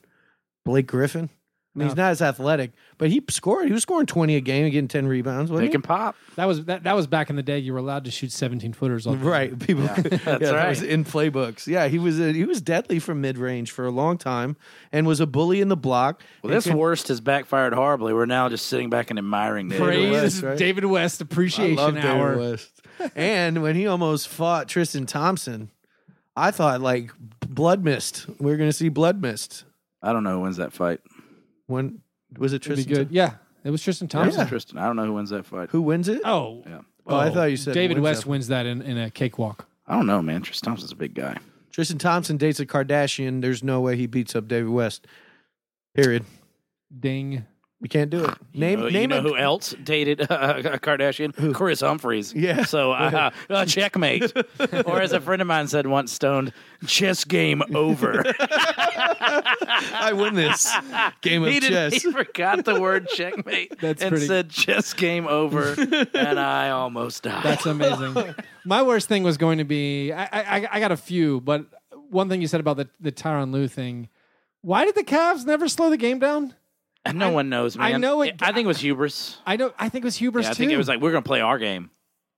Blake Griffin. I mean, he's not as athletic, but he scored. He was scoring twenty a game and getting ten rebounds.
They
Wasn't
can pop.
That was that, that was back in the day. You were allowed to shoot 17 footers.
he?
Off
Right, people. Yeah,
that's
that
right.
was in playbooks. Yeah, he was a, he was deadly from mid range for a long time, and was a bully in the block.
Well, this worst has backfired horribly. We're now just sitting back and admiring the
Praise David West,
West, right?
Appreciation
I love David
Hour.
West. and when he almost fought Tristan Thompson, I thought like blood mist. We are going to see blood mist.
I don't know who wins that fight.
When was it
It'd be
Tristan?
good. Yeah, it was Tristan
Thompson
Thompson.
Tristan. I don't know who wins that fight.
Who wins it?
Oh,
Yeah.
Oh, I thought you said
David
wins
West
that.
wins that in, in a cakewalk.
I don't know, man. Tristan Thompson's a big guy.
Tristan Thompson dates a Kardashian. There's no way he beats up David West. Period.
Ding.
We can't do it. Name
Uh,
name
you know
a,
who else dated uh, a Kardashian? Chris Humphreys.
Yeah.
So uh, uh, checkmate. or as a friend of mine said once, stoned chess game over.
I win this game of
he, did, he
chess.
forgot the word checkmate
That's
and
pretty-
said chess game over, and I almost died.
That's amazing. My worst thing was going to be I, I I got a few, but one thing you said about the the Tyron Lue thing. Why did the Cavs never slow the game down?
And no one knows,
I
man.
know it-
I think it was hubris.
I know. I think it was hubris
Yeah, I
too.
think it was like we're gonna play our game.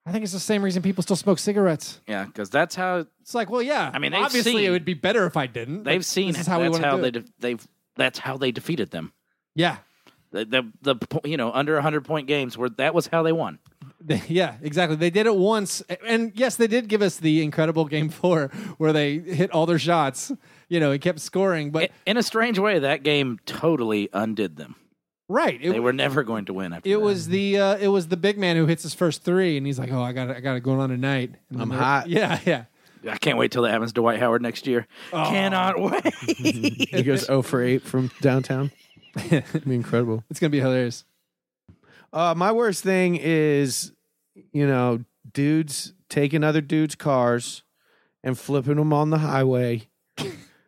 I think it's the same reason people still smoke cigarettes.
Yeah, because that's how
It's like, well, yeah.
I mean, they've
obviously,
seen-
it would be better if I didn't. but
they've seen.
This is how we
that's
want to
how
do
they
it.
de- they've that's how they defeated them.
Yeah,
The, the the po- you know under hundred point games where that was how they won.
They- yeah, exactly. They did it once, and yes, they did give us the incredible game four where they hit all their shots. You know, it kept scoring, but
I- In a strange way, that game totally undid them.
right,
They
it,
were never going to win. After
it
that.
was the uh, it was the big man who hits his first three, and he's like, "Oh, I got I got it going on tonight. And
I'm
they're-
hot.
Yeah, yeah.
I can't wait till that
Oh.
happens to Dwight Howard next year. Cannot wait.
he goes 0 for 8 oh from downtown. It'd be incredible.
It's gonna be hilarious.
Uh, my worst thing is, you know, dudes taking other dudes' cars and flipping them on the highway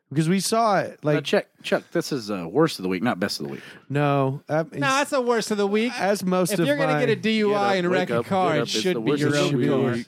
because we saw it.
Now,
Like,
Chuck, Chuck, this is uh, worst of the week, not best of the week.
no, uh,
No, that's the worst of the week.
as most
If
of
you're gonna
my,
get a DUI
Get up,
and wreck
wake
a
up,
car,
get
it
up, it's
should
the
be
worst
your
it
should
own
be
car.
yours.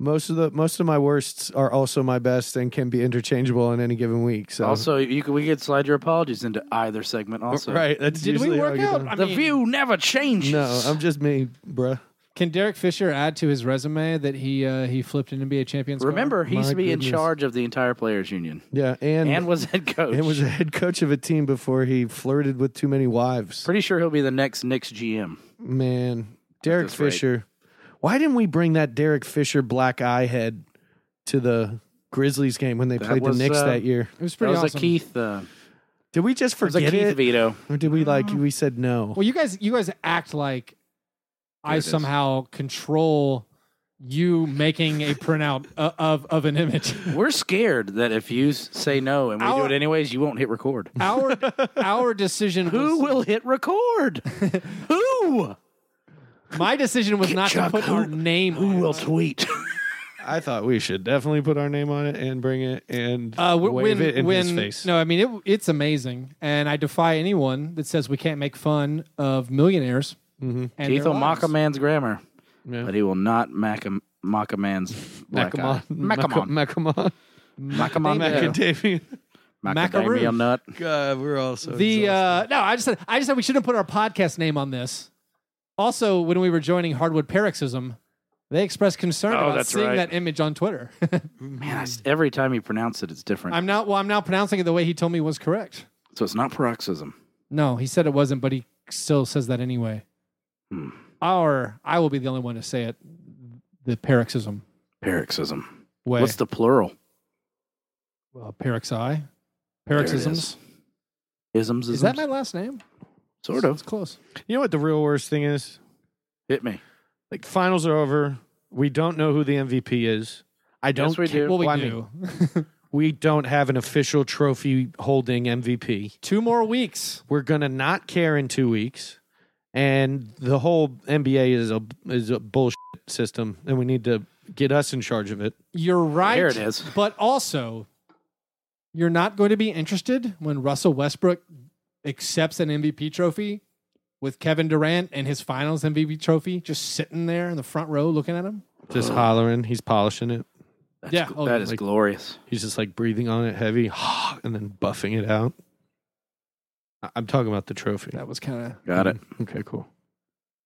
most of the most of my worsts are also my best and can be interchangeable in any given week. So
Also, you could, we could slide your apologies into either segment. Also,
right, that's
Did we
usually how I
work
get
out?
them.
I
The
mean,
view never changes.
No, I'm just me, bruh.
Can Derek Fisher add to his resume that he uh, he flipped an NBA champion's car?
Remember, he used
My
to be
goodness.
in charge of the entire players' union
Yeah, and
and, was head coach.
and was a head coach of a team before he flirted with too many wives.
pretty sure he'll be the next Knicks GM.
Man, Derek
this rate.
Fisher. Why didn't we bring that Derek Fisher black eye head to the Grizzlies game when they played
was,
the Knicks
uh,
that year?
It was
That
pretty
was
awesome.
a Keith. Uh,
Did we just
that was a
forget
Keith
it,
veto.
or did we like
Mm.
we said no?
Well, you guys, you guys act like
it
I
is.
somehow control you making a printout o- of of an image.
We're scared that if you s- say no and we
Our-
do it anyways, you won't hit record.
Our our decision.
Who
was,
will hit record? who?
My decision was not
Chuck,
to put
who-
our name.
Who
on
will
it.
tweet?
I thought we should definitely put our name on it and bring it and
Uh, w-
wave
when,
it in
when,
his face.
No, I mean it, it's amazing, and I defy anyone that says we can't make fun of millionaires. Mm-hmm. And
Keith
their
will mock
lives.
a man's grammar,
Yeah.
but he will not mac a, mock a man's black eye. Macamon.
Macamon,
Macamon.
Macadamia.
Macadamia.
Macaroon.
Macadamia nut.
God, we're all so
the
exhausted.
uh, no, I just said I just said we shouldn't put our podcast name on this. Also, when we were joining Hardwood Paroxysm, they expressed concern
Oh,
about
that's
seeing
right.
that image on Twitter.
Man, I s- every time you pronounce it, it's different.
I'm not well. I'm now pronouncing it the way he told me was correct.
so it's not paroxysm.
No, he said it wasn't, but he still says that anyway.
Hmm.
Or I will be the only one to say it. The paroxysm
Paroxysm.
way.
What's the plural?
uh, paroxi?
There it
Paroxysms.
is. Isms.
Is
isms.
that my last name?
Sort of.
It's close.
you know what the real worst thing is?
Hit me.
Like finals are over. We don't know who the MVP is. I don't.
we
care-
do.
Well, we
I mean,
do.
we don't have an official trophy holding MVP.
Two more weeks.
We're gonna not care in two weeks, and the whole NBA is a is a bullshit system, and we need to get us in charge of it.
You're right.
There it is.
But also, you're not going to be interested when Russell Westbrook accepts an MVP trophy with Kevin Durant and his finals MVP trophy just sitting there in the front row looking at him.
Just hollering, he's polishing it.
That's,
Yeah,
gl-
oh,
that is
like-
glorious.
He's just like breathing on it heavy, and then buffing it out. I- I'm talking about the trophy.
That was kind of.
Got it.
Okay, cool.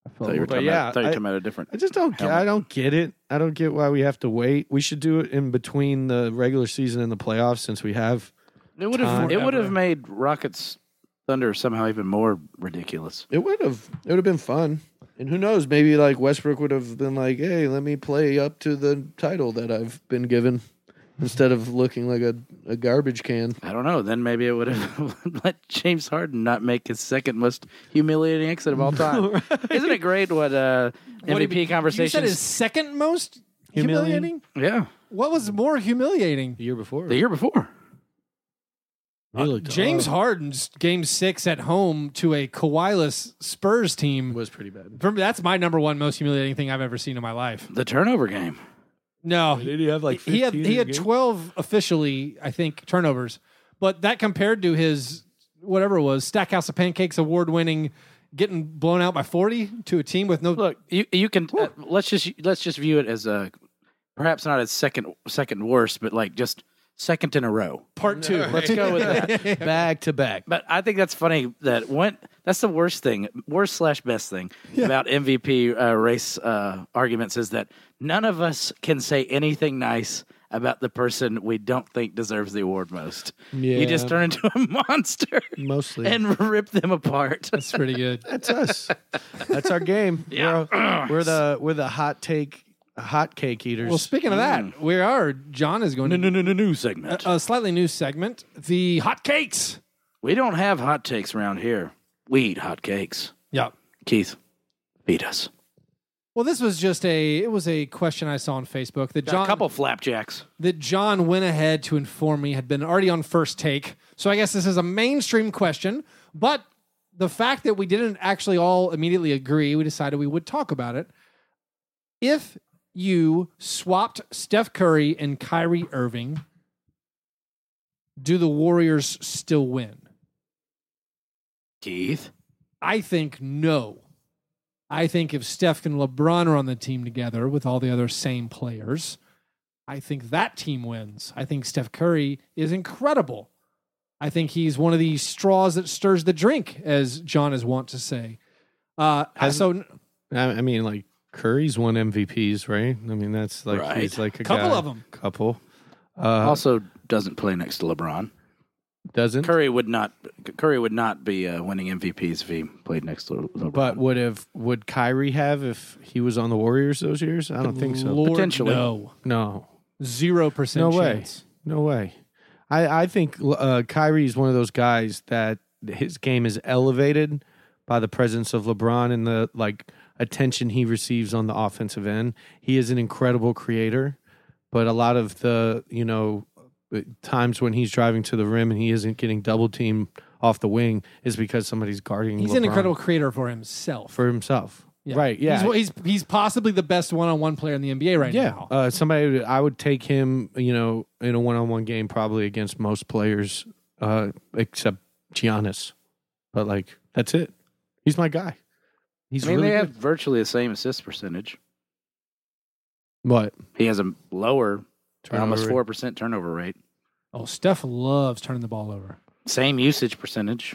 I felt
Thought you were
a
But
talking,
yeah,
about, thought you were
I-
talking about a different.
I just don't. Get, I don't get it. I don't get why we have to wait. We should do it in between the regular season and the playoffs, since we have.
It would
Time.
have. It would
Forever.
have made Rockets Thunder somehow even more ridiculous.
It would have. It would have been fun. And who knows? Maybe like Westbrook would have been like, "Hey, let me play up to the title that I've been given, instead of looking like a, a garbage can."
I don't know. Then maybe it would have let James Harden not make his second most humiliating exit of all time. Isn't it great what uh,
What do you
MVP
mean? You
conversations?
said his second most
Humiliating?
humiliating?
yeah,
What was more humiliating?
The year before,
the year before.
He looked
James
up.
Harden's game six at home to a Kawhi-less Spurs team.
was pretty bad.
For me, that's my number one most humiliating thing I've ever seen in my life.
The turnover game.
No,
Did he have like
he had he had twelve officially, I think, turnovers, but that compared to his whatever it was Stackhouse of Pancakes award-winning getting blown out by forty to a team with no.
Look, you you can uh, let's just let's just view it as a perhaps not as second second worst, but like just second in a row.
part two.
Let's go with that.
back to back?
But I think that's funny that when that's the worst thing, worst slash best thing about MVP uh, race uh, arguments is that none of us can say anything nice about the person we don't think deserves the award most.
Yeah.
You just turn into a monster
Mostly,
and rip them apart.
That's pretty good.
that's us. That's our game. We're, we're the we're the hot take hot cake eaters.
Well, speaking of that, we are. John is going to
no, no, new segment.
a slightly new segment, the hot cakes.
we don't have hot takes around here. We eat hot cakes.
Yeah.
Keith, feed us.
Well, this was just a it was a question I saw on Facebook that John
a couple flapjacks.
that John went ahead to inform me had been already on first take. So I guess this is a mainstream question, but the fact that we didn't actually all immediately agree, we decided we would talk about it. If you swapped Steph Curry and Kyrie Irving, do the Warriors still win?
Keith.
I think no. I think if Steph and LeBron are on the team together with all the other same players, I think that team wins. I think Steph Curry is incredible. I think he's one of the straws that stirs the drink, as John is wont to say. Uh,
Has-
so
I, I mean, like Curry's won MVPs, right? I mean, that's like
Right.
he's like a
Couple
guy-
of 'em.
Couple. Uh,
also doesn't play next to LeBron.
doesn't,
Curry would not. Curry would not be uh, winning MVPs if he played next to LeBron.
but would have would Kyrie have if he was on the Warriors those years? I don't think so.
Lord,
Potentially.
no,
No,
zero percent
no way,
chance.
no way. I I think uh, Kyrie is one of those guys that his game is elevated by the presence of LeBron and the like attention he receives on the offensive end. He is an incredible creator, but a lot of the you know times when he's driving to the rim and he isn't getting double teamed off the wing is because somebody's guarding.
He's
LeBron
an incredible creator for himself.
for himself. Right? Yeah.
he's, he's he's possibly the best one-on-one player in the NBA right
Yeah,
now.
uh, somebody I would take him. You know, in a one-on-one game, probably against most players, uh, except Giannis. But like, that's it. He's my guy. He's
I mean,
really
they
good.
have virtually the same assist percentage.
what
He has a lower, almost
Turnover
four percent turnover rate.
Oh, Steph loves turning the ball over.
Same usage percentage.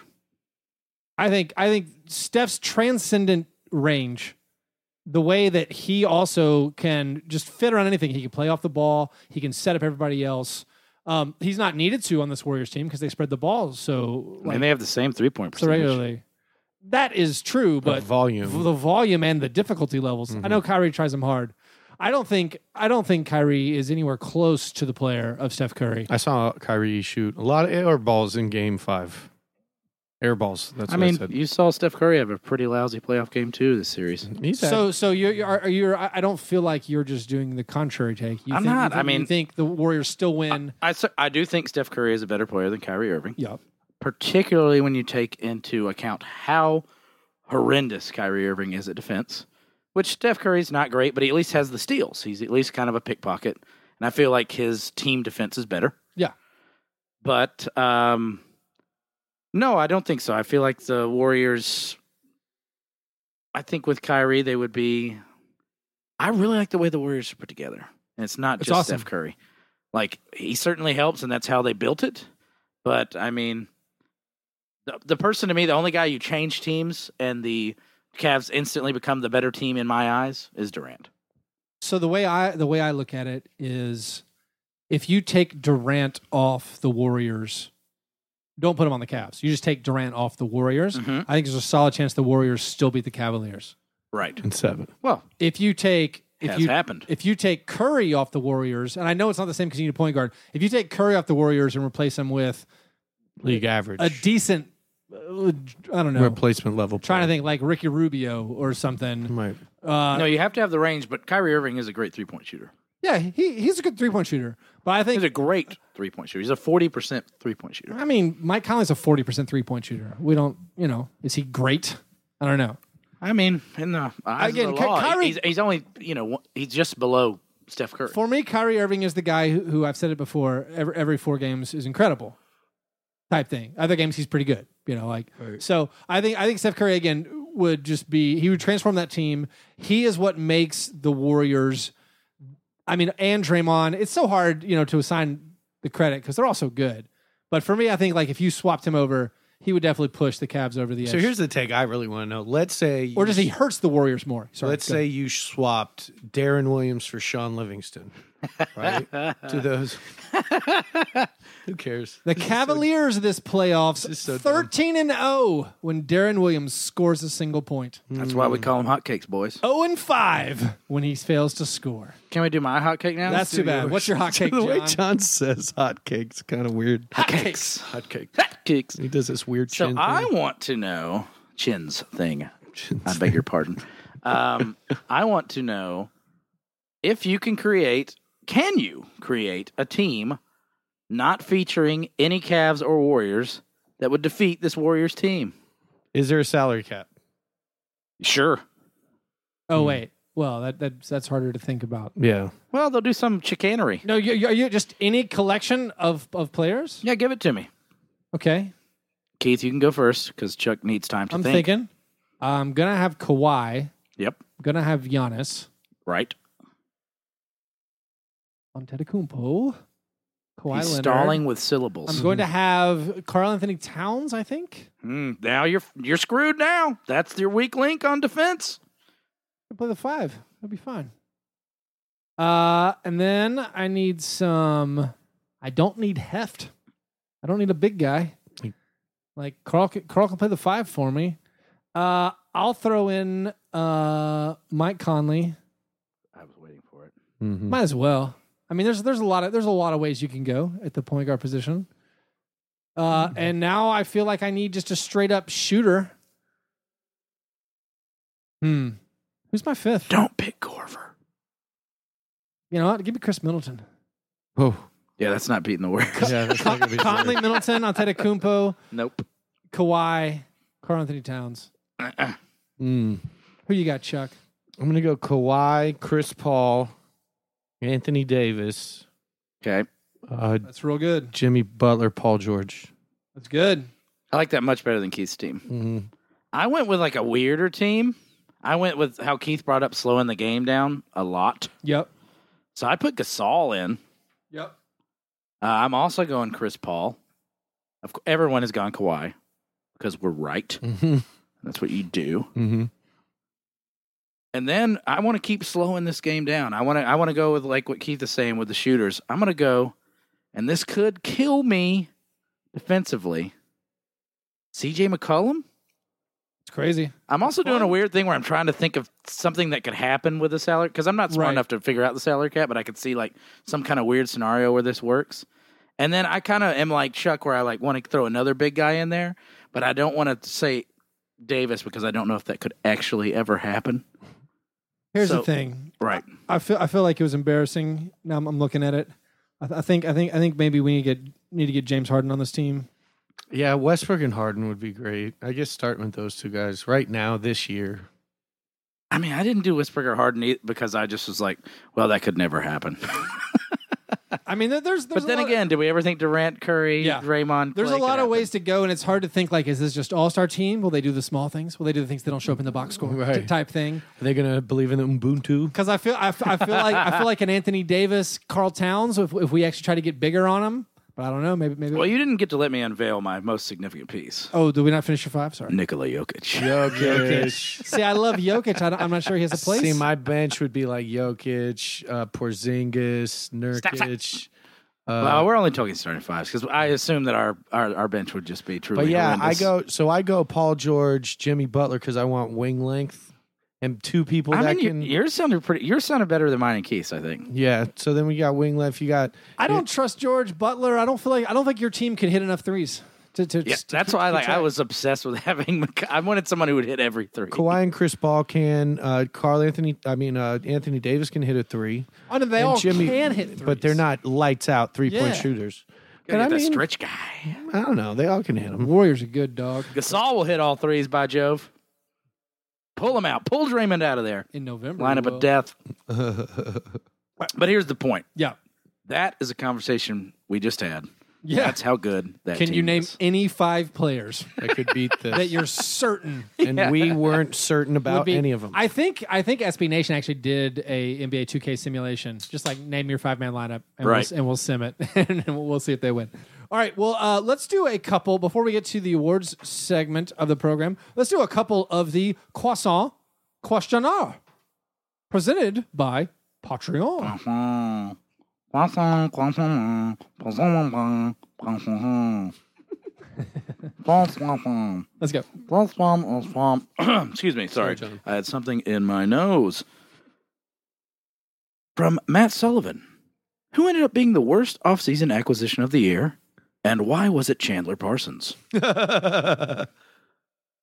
I think I think Steph's transcendent range, the way that he also can just fit around anything. He can play off the ball. He can set up everybody else. Um, he's not needed to on this Warriors team because they spread the ball so
I mean,
like,
they have the same three point
so
percentage.
regularly. That is true,
but
but
volume.
the volume and the difficulty levels.
Mm-hmm.
I know Kyrie tries them hard. I don't think I don't think Kyrie is anywhere close to the player of Steph Curry.
I saw Kyrie shoot a lot of air balls in Game Five. Air balls. That's
I
what
mean,
I said. Mm-hmm.
you saw Steph Curry have a pretty lousy playoff game too this series.
He's had-
So, so you're, you're, are you I I don't feel like you're just doing the contrary take. You
I'm
think,
not.
You think,
I mean-
you think the Warriors still win?
I, s- I do think Steph Curry is a better player than Kyrie Irving,
yeah.
particularly when you take into account how horrendous Kyrie Irving is at defense. Which Steph Curry's not great, but he at least has the steals. He's at least kind of a pickpocket, and I feel like his team defense is better.
Yeah.
but um, no, I don't think so. I feel like the Warriors. I think with Kyrie, they would be. I really like the way the Warriors are put together, and it's not
It's
just
awesome.
Steph Curry. Like he certainly helps, and that's how they built it. But I mean, the, the person to me, the only guy you change teams and the Cavs instantly become the better team in my eyes is Durant.
So the way I the way I look at it is, if you take Durant off the Warriors, don't put him on the Cavs. You just take Durant off the Warriors.
Mhm.
I think there's a solid chance the Warriors still beat the Cavaliers.
Right.
in seven.
Well,
If you take
it
if
has
you
happened.
if you take Curry off the Warriors, and I know it's not the same because you need a point guard. If you take Curry off the Warriors and replace him with
League average.
a decent, uh, I don't know,
replacement level.
trying to think like Ricky Rubio or something.
Right.
Uh,
no, you have to have the range, but Kyrie Irving is a great three point shooter.
yeah, he he's a good three point shooter, but I
He's
think
a great three point shooter. He's a forty percent three point shooter.
I mean Mike Conley's a forty percent three point shooter. We don't, you know, is he great? I don't know.
I mean, in the eyes
Again,
of the
Ky-
law,
Kyrie-
he's, he's only you know one- he's just below Steph Curry.
For me, Kyrie Irving is the guy who, who I've said it before. Every, every four games is incredible, type thing. Other games he's pretty good. You know, like so. I think I think Steph Curry again would just be he would transform that team. He is what makes the Warriors. I mean, and Draymond. It's so hard, you know, to assign the credit because they're all so good. But for me, I think like if you swapped him over, he would definitely push the Cavs over the edge.
So here's the take I really want to know. Let's say
or does he hurts the Warriors more? Sorry,
Let's
go.
say you swapped Darren Williams for Sean Livingston, right? to those. Who cares?
The Cavaliers this playoffs
is so dumb.
13 and 0 when Darren Williams scores a single point.
That's why we call him hotcakes, boys.
0 and 5 when he fails to score.
Can we do my hotcake now?
That's too bad. What's your hot cake,
the way
John?
John says hotcakes, kind of weird.
Hotcakes.
Hotcake.
hotcakes.
He does this weird
So
chin
I
thing.
want to know chins thing. I beg your pardon. Um, I want to know if you can create. Can you create a team not featuring any Cavs or Warriors that would defeat this Warriors team?
Is there a salary cap?
Sure.
Oh wait, well that, that that's harder to think about.
Yeah.
Well, they'll do some chicanery.
No, you you, you just any collection of of players.
Yeah, give it to me.
Okay,
Keith, you can go first because Chuck needs time to
I'm
think.
thinking. I'm gonna have Kawhi. I'm
Yep.
gonna have Giannis
Right.
Antetokounmpo. Kawhi
He's
Leonard.
stalling with
I'm
syllables.
going to have Carl Anthony Towns. I think
Mm, now you're you're screwed. Now that's your weak link on defense.
I'll play the five. That'll be fine. Uh, and then I need some. I don't need heft. I don't need a big guy. Like Carl, can- Carl can play the five for me. Uh, I'll throw in uh, Mike Conley.
I was waiting for it.
Mhm.
Might as well. I mean, there's there's a lot of there's a lot of ways you can go at the point guard position. Uh, and now I feel like I need just a straight up shooter. Hmm. Who's my fifth?
Don't pick Corver.
You know what? Give me Chris Middleton.
Oh,
Yeah, that's not beating the Warriors.
yeah. That's not gonna be
Conley, Middleton, Antetokounmpo,
nope.
Kawhi, Carl Anthony Towns.
Uh-uh.
Mm.
Who you got, Chuck?
I'm gonna go Kawhi, Chris Paul, Anthony Davis,
Okay.
uh,
That's real good.
Jimmy Butler, Paul George.
That's good.
I like that much better than Keith's team.
Mhm.
I went with like a weirder team. I went with how Keith brought up slowing the game down a lot.
Yep.
So I put Gasol in.
Yep.
Uh, I'm also going Chris Paul. Of course, everyone has gone Kawhi because we're right.
Mhm.
That's what you do.
Mhm.
And then I want to keep slowing this game down. I want to I want to go with like what Keith is saying with the shooters. I'm going to go and this could kill me defensively. CJ McCollum?
It's crazy.
I'm also doing a
fine.
weird thing where I'm trying to think of something that could happen with the salary because I'm not smart
Right.
enough to figure out the salary cap, but I could see like some kind of weird scenario where this works. And then I kind of am like Chuck, where I like want to throw another big guy in there, but I don't want to say Davis because I don't know if that could actually ever happen.
Here's
So-
the thing.
Right.
I feel I feel like it was embarrassing. Now I'm, I'm looking at it. I, th- I think I think I think maybe we need to get need to get James Harden on this team.
Yeah, Westbrook and Harden would be great. I guess starting with those two guys right now this year.
I mean, I didn't do Whisper Harden either because I just was like, well, that could never happen.
I mean, there- there's, there's
but
a
then
lot of-
again, uh, do we ever think Durant, Curry,
Yeah.
Draymond?
there's
Clay
a
could
lot of
happen?
ways to go, and it's hard to think like, is this just all star team? Will they do the small things? Will they do the things that don't show up in the box score
Right.
t- type thing?
Are they gonna believe in the Ubuntu?
Because I feel I, f- I feel like I feel like an Anthony Davis, Carl Towns, if, if we actually try to get bigger on him. But I don't know. Maybe maybe.
Well, you didn't get to let me unveil my most significant piece,
oh, did we not finish your five? Sorry.
Nikola Jokic.
Jokic.
See, I love Jokic. I don't, I'm not sure he has a place.
See, my bench would be like Jokic, uh, Porzingis, Nurkic.
Well,
Uh,
we're only talking starting fives because I assume that our, our, our bench would just be truly.
but yeah,
horrendous.
I go. So I go Paul George, Jimmy Butler because I want wing length and two people
I
that
mean,
can.
you yours sounded pretty. Yours sounded better than mine and Keith's. I think.
yeah. So then we got wing length. You got
I don't trust George Butler. I don't feel like I don't think your team can hit enough threes to, to,
Yeah,
to
that's why like, I
try.
was obsessed with having. Mc- I wanted someone who would hit every three.
Kawhi and Chris Paul can. Uh, Carl Anthony. I mean, uh, Anthony Davis can hit a three.
I know they
and
all
Jimmy-
can hit threes,
but they're not lights out three
Yeah.
point shooters.
Gotta
But I
get that
mean,
stretch guy.
I don't know. They all can hit them.
Warriors are good, dog.
Gasol will hit all threes. By Jove, pull him out. Pull Draymond out of there.
In November,
Line up
we
a
will.
death. but here's the point.
Yeah,
That is a conversation we just had.
yeah.
That's how good that.
can you
team
name
is.
any five players
I could beat
that
this,
you're certain
and we weren't certain
would
about
be
any of them.
I think I think SB Nation actually did a NBA 2K simulation. Just like name your five man lineup, and
Right.
We'll, and we'll sim it, and we'll- we'll see if they win. All right, well, uh, let's do a couple before we get to the awards segment of the program. Let's do a couple of the croissant questionnaire presented by Patreon.
Excuse
Let's go.
me, sorry. I had something in my nose. From Matt Sullivan. Who ended up being the worst offseason acquisition of the year? And why was it Chandler Parsons?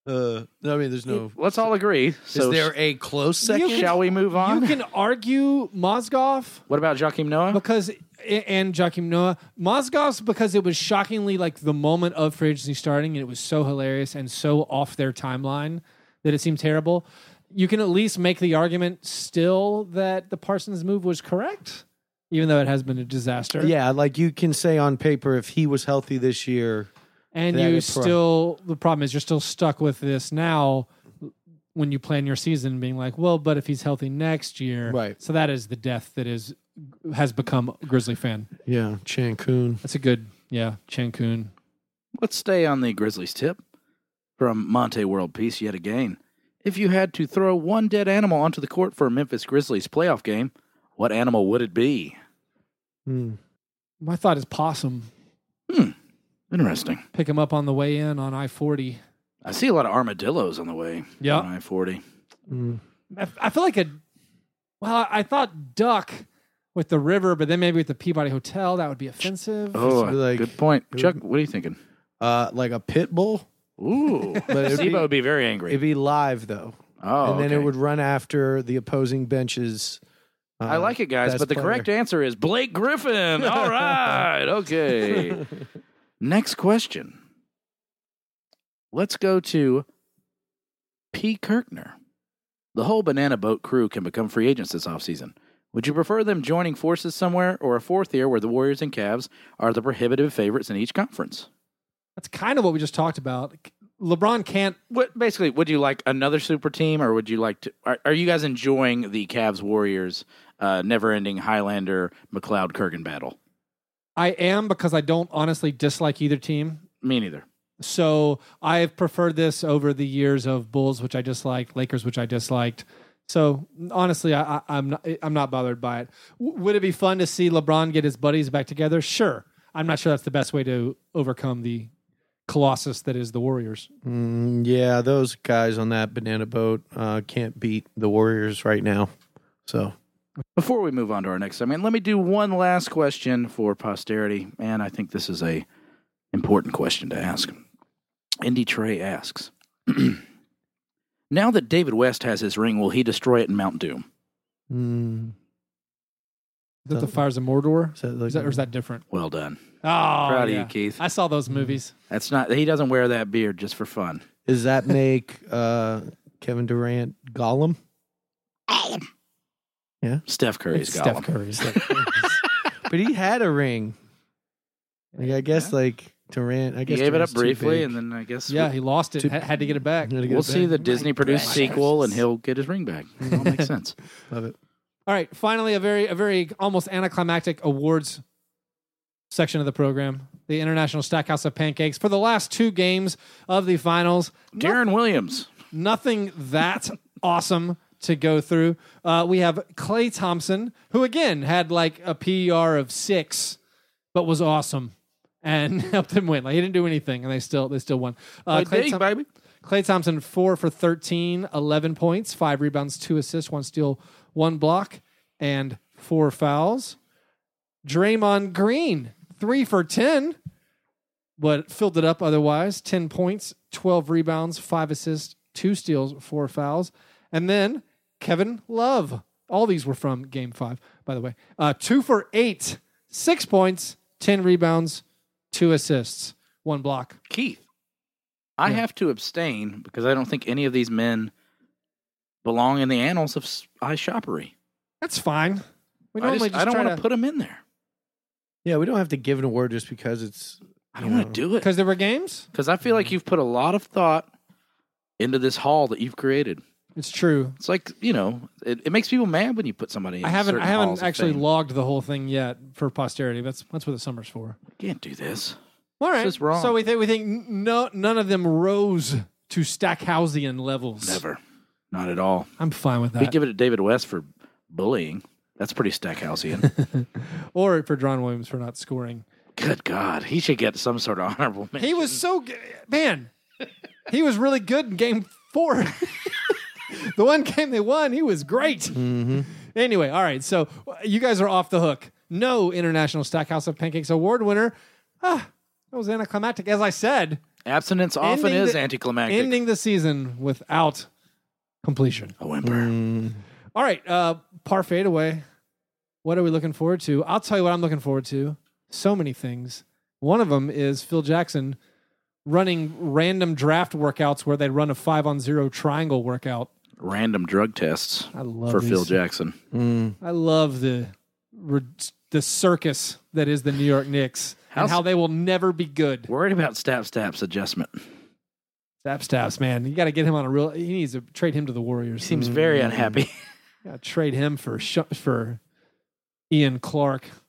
Uh, I mean, there's no.
Let's all agree. So
is there a close second?
shall we move on?
You can argue Mozgov
what about Joachim Noah?
because and Joachim Noah Mozgov's because it was shockingly like the moment of free agency starting and it was so hilarious and so off their timeline that it seemed terrible. You can at least make the argument still that the Parsons move was correct, even though it has been a disaster.
Yeah, like you can say on paper if he was healthy this year,
and
That
you
is pro-
still the problem is you're still stuck with this now when you plan your season being like well but if he's healthy next year
Right.
so that is the death that is has become grizzly fan
yeah, Cancun.
that's a good yeah Cancun.
Let's
Stay on the Grizzlies tip from Monte World Peace yet again. If you had to throw one dead animal onto the court for a Memphis Grizzlies playoff game, what animal would it be?
Hmm.
my thought is possum
Interesting.
pick him up on the way in on i-40
I see a lot of armadillos on the way.
Yeah.
I forty.
I- i feel like a well I- i thought duck with the river but then maybe with the peabody hotel that would be offensive
Oh,
It's like-
good point, Chuck. What are you thinking?
Uh, like a pit bull,
Ooh,
but it'd be,
Sibo would be very angry.
it'd be live though,
oh,
and then it
okay.
would run after the opposing benches. Uh,
I like it, guys,
best
but the
player.
correct answer is Blake Griffin. All right. Okay.
Next question. Let's go to P. Kirkner. The whole banana boat crew can become free agents this offseason. Would you prefer them joining forces somewhere or a fourth year where the Warriors and Cavs are the prohibitive favorites in each conference?
that's kind of what we just talked about lebron can't
What basically would you like another super team or would you like to are, are you guys enjoying the Cavs Warriors uh never ending Highlander McLeod Kurgan battle?
i am because i don't honestly dislike either team
Me neither.
So I've preferred this over the years of Bulls, which I disliked, Lakers, which I disliked. So honestly, I, I, I'm not, I'm not bothered by it. W- would it be fun to see LeBron get his buddies back together? Sure. I'm not sure that's the best way to overcome the colossus that is the Warriors.
Mm, yeah, those guys on that banana boat uh, can't beat the Warriors right now. So
Before we move on to our next segment, let me do one last question for posterity, and I think this is a important question to ask. Indy Trey asks, "Now that David West has his ring, will he destroy it in Mount Doom?
mm,
Is that the Fires of Mordor?
is that like-
Is that, or is that different?
Well done,
Oh,
proud
yeah.
of you, Keith.
I saw those movies.
That's not he doesn't wear that beard just for fun.
does that make uh, Kevin Durant Gollum?
Steph Curry's
It's
got
Steph
one.
Curry's.
But he had a ring. Like, I guess like Durant. I
He
guess
gave it up
Durant's too
briefly,
big.
and then I guess
yeah, he lost it. Ha- had to get it back.
Gotta get
we'll
it
see
back.
the Disney produced sequel, and he'll get his ring back. It all makes sense.
Love it.
All right, finally a very a very almost anticlimactic awards section of the program. The International Stackhouse of Pancakes for the last two games of the finals.
Darren Williams,
Nothing that awesome to go through. Uh, we have Clay Thompson, who again had like a PER of six, but was awesome and helped them win. Like he didn't do anything, and they still they still won. Uh,
Play big,
Thom-
baby.
Clay Thompson, four for 13, 11 points, five rebounds, two assists, one steal, one block, and four fouls. Draymond Green, three for 10, but filled it up otherwise 10 points, 12 rebounds, five assists, two steals, four fouls. And then Kevin Love. All these were from game five, by the way. Uh, two for eight, six points, 10 rebounds, two assists, one block.
Keith, I have to abstain because I don't think any of these men belong in the annals of s- high shoppery.
That's fine. We
I,
normally
just,
just,
I don't
try
want to put them in there.
Yeah, we don't have to give an award just because it's.
I don't want to do it
because there were games.
because I
Mm.
feel like you've put a lot of thought into this hall that you've created.
It's true.
It's like you know, it, it makes people mad when you put somebody. In
I haven't I
certain halls
haven't
of
actually
fame.
logged the whole thing yet for posterity. That's that's what the summer's for.
Can't do this.
All right.
is wrong.
So we think we think n- no none of them rose to Stackhausian levels.
Never. Not at all.
I'm fine with
We
that.
give it to David West for bullying. That's pretty Stackhousean.
or for John Williams for not scoring.
Good God, he should get some sort of honorable mention.
He was so g- man. he was really good in game four. the one game they won, he was great. Anyway, all right. So uh, you guys are off the hook. No International Stackhouse of Pancakes Award winner. Ah, that was anticlimactic. As I said,
Abstinence often
Ending
is
the-
anticlimactic.
ending the season without completion.
Oh,
A whimper.
All right, uh, parfait away. What are we looking forward to? I'll tell you what I'm looking forward to. So many things. One of them is Phil Jackson running random draft workouts where they run a five on zero triangle workout.
Random drug tests
I love
for Phil
these.
Jackson.
mm,
I love the re- the circus that is the New York Knicks and
How's-
how they will never be good.
Worried about Stab Stab's adjustment.
Mm.
Stap staps, man. You got to get him on a real. He needs to trade him to the Warriors. Mm-hmm.
Seems very unhappy.
Gotta trade him for sh- for Ian Clark.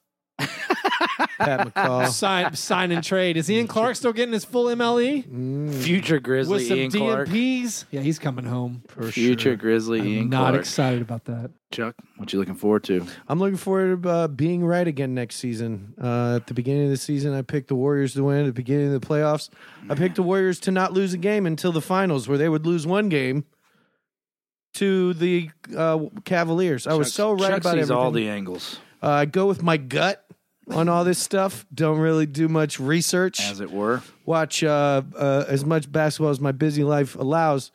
Pat McCall.
Sign sign and trade. Is Ian Clark still getting his full MLE
Mm.
Future Grizzly
with some
Ian Clark.
DMPs? Yeah, he's coming home.
Future Grizzly
I'm
Ian
not
Clark.
excited about that.
Chuck, what you looking forward to?
I'm looking forward to uh, being right again next season. Uh, at the beginning of the season, I picked the Warriors to win. At the beginning of the playoffs, I picked the Warriors to not lose a game until the finals, where they would lose one game to the uh, Cavaliers. I was so right
Chuck
about
sees
everything.
all the angles,
Uh, I go with my gut on all this stuff. Don't really do much research.
as it were.
Watch uh, uh, as much basketball as my busy life allows.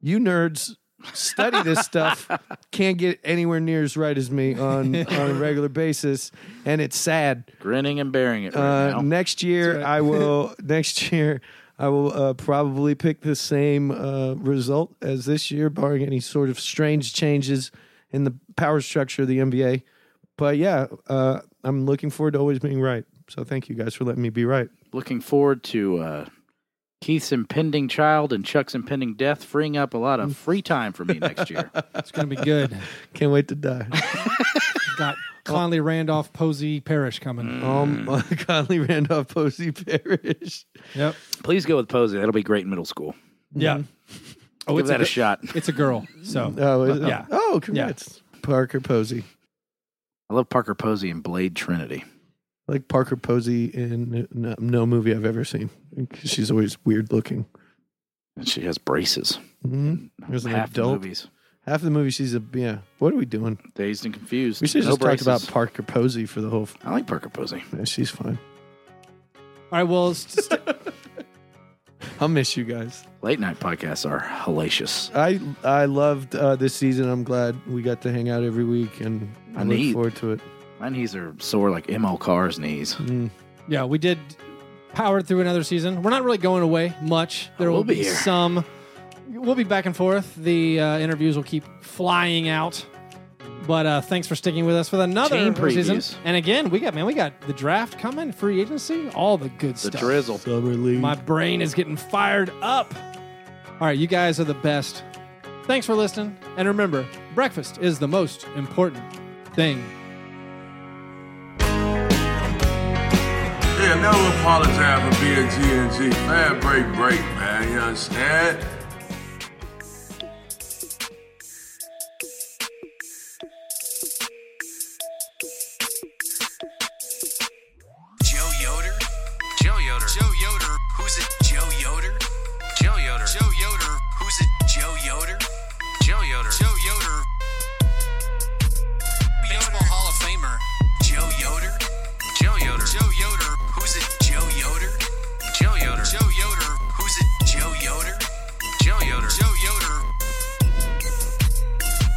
You nerds study this stuff. Can't get anywhere near as right as me on, on a regular basis, and it's sad.
Grinning and bearing it right
Uh,
now.
next year, I will. Next year, I will uh, probably pick the same uh, result as this year, barring any sort of strange changes in the power structure of the NBA. But yeah, uh, I'm looking forward to always being right. So thank you guys for letting me be right.
Looking forward to uh, Keith's impending child and Chuck's impending death, freeing up a lot
Mm.
of free time for me next year.
It's gonna be good.
Can't wait to die.
Got Conley Randolph, Posey, Parrish coming.
Mm.
Um,
Hmm.
Conley Randolph, Posey Parrish.
Yep.
Please go with Posey. That'll be great in middle school.
Yeah. Oh,
Give
it's
that
a,
a shot.
it's a girl. So
Oh, is it?
Yeah.
Oh, congrats, Parker Posey.
I love Parker Posey and Blade Trinity.
I like Parker Posey in no, no movie I've ever seen. She's always weird looking.
And she has braces.
Mhm. There's an
Half the
adult.
movies.
Half the movie she's a yeah. What are we doing?
Dazed and confused.
We should
No
have just talked
braces.
about Parker Posey for the whole. F-
I like Parker Posey.
yeah, she's fine.
all right. Well, st- st-
I'll miss you guys.
Late night podcasts are hellacious.
I I loved uh, this season. I'm glad we got to hang out every week, and I,
I
look
need-
forward to it.
My knees are sore like ML Carr's knees.
Mm.
yeah, we did power through another season. We're not really going away much. There
Oh, We'll
will
be
be,
here.
some. We'll be back and forth. The uh, interviews will keep flying out. But uh, thanks for sticking with us with another
Team
season.
previews.
And again, we got man, we got the draft coming, free agency, all the good
The
stuff.
drizzle.
Summer league.
My brain is getting fired up. All right, you guys are the best. Thanks for listening. And remember, breakfast is the most important thing.
Yeah, never apologize for being GNG. Man, break, break, man. You understand?
Joe Yoder? Joe Yoder. Joe Yoder. Who's it? Joe Yoder? Joe Yoder. Joe Yoder. Who's it? Joe Yoder? Joe Yoder. Joe Yoder. Baseball Hall of Famer. Joe Yoder. Joe Yoder. Joe Yoder. Who's it? Joe Yoder? Joe Yoder. Joe Yoder. Who's it? Joe Yoder? Joe Yoder. Joe Yoder.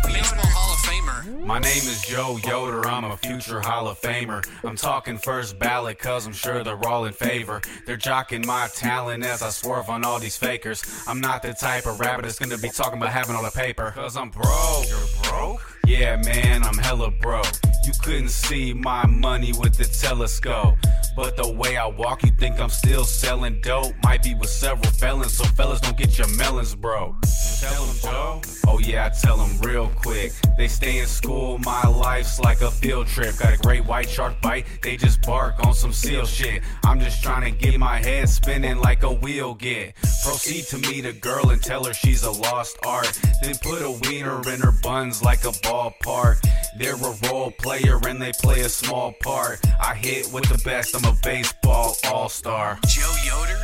Baseball Hall of Famer.
My name is Joe Yoder, I'm a future Hall of Famer. I'm talking first ballot, cause I'm sure they're all in favor. They're jocking my talent as I swerve on all these fakers. I'm not the type of rapper that's gonna be talking about having all the paper. Cause I'm broke. You're broke? Yeah, man, I'm hella broke. You couldn't see my money with the telescope. But the way I walk, you think I'm still selling dope. Might be with several felons, so fellas don't get your melons, bro. Tell 'em, Joe. Oh, yeah, I tell them real quick. They stay in school, my life's like a field trip. Got a great white shark bite, they just bark on some seal shit. I'm just trying to get my head spinning like a wheel get. Proceed to meet a girl and tell her she's a lost art. Then put a wiener in her buns like a ballpark. They're a role player and they play a small part. I hit with the best, I'm a baseball all star.
Joe Yoder.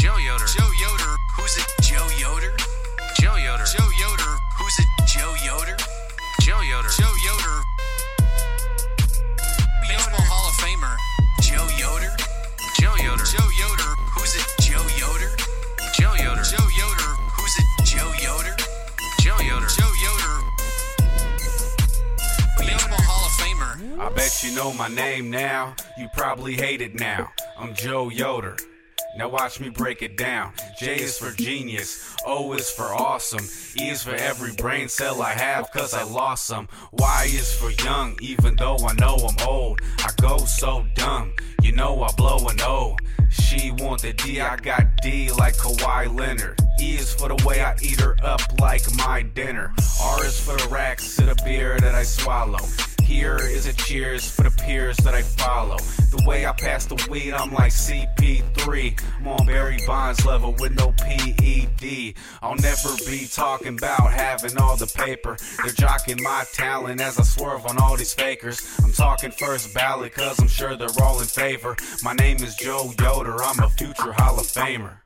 Joe Yoder. Joe Yoder. Who's it? Joe Yoder. Joe Yoder. Joe Yoder. Who's it? Joe Yoder. Joe Yoder. Joe Yoder. Baseball Hall of Famer. Joe Yoder. Joe Yoder. Joe Yoder. Who's it? Joe Yoder.
bet you know my name now. You probably hate it now. I'm Joe Yoder. Now watch me break it down. J is for genius, O is for awesome, E is for every brain cell I have cause I lost some. Y is for young, even though I know I'm old. I go so dumb, you know I blow an O. She want the D, I got D like Kawhi Leonard. E is for the way I eat her up like my dinner. R is for the racks to the beer that I swallow. Here is a cheers for the peers that I follow. The way I pass the weed, I'm like CP3. I'm on Barry Bonds level with no PED. I'll never be talking about having all the paper. They're jocking my talent as I swerve on all these fakers. I'm talking first ballot, cause I'm sure they're all in favor. My name is Joe Yoder, I'm a future Hall of Famer.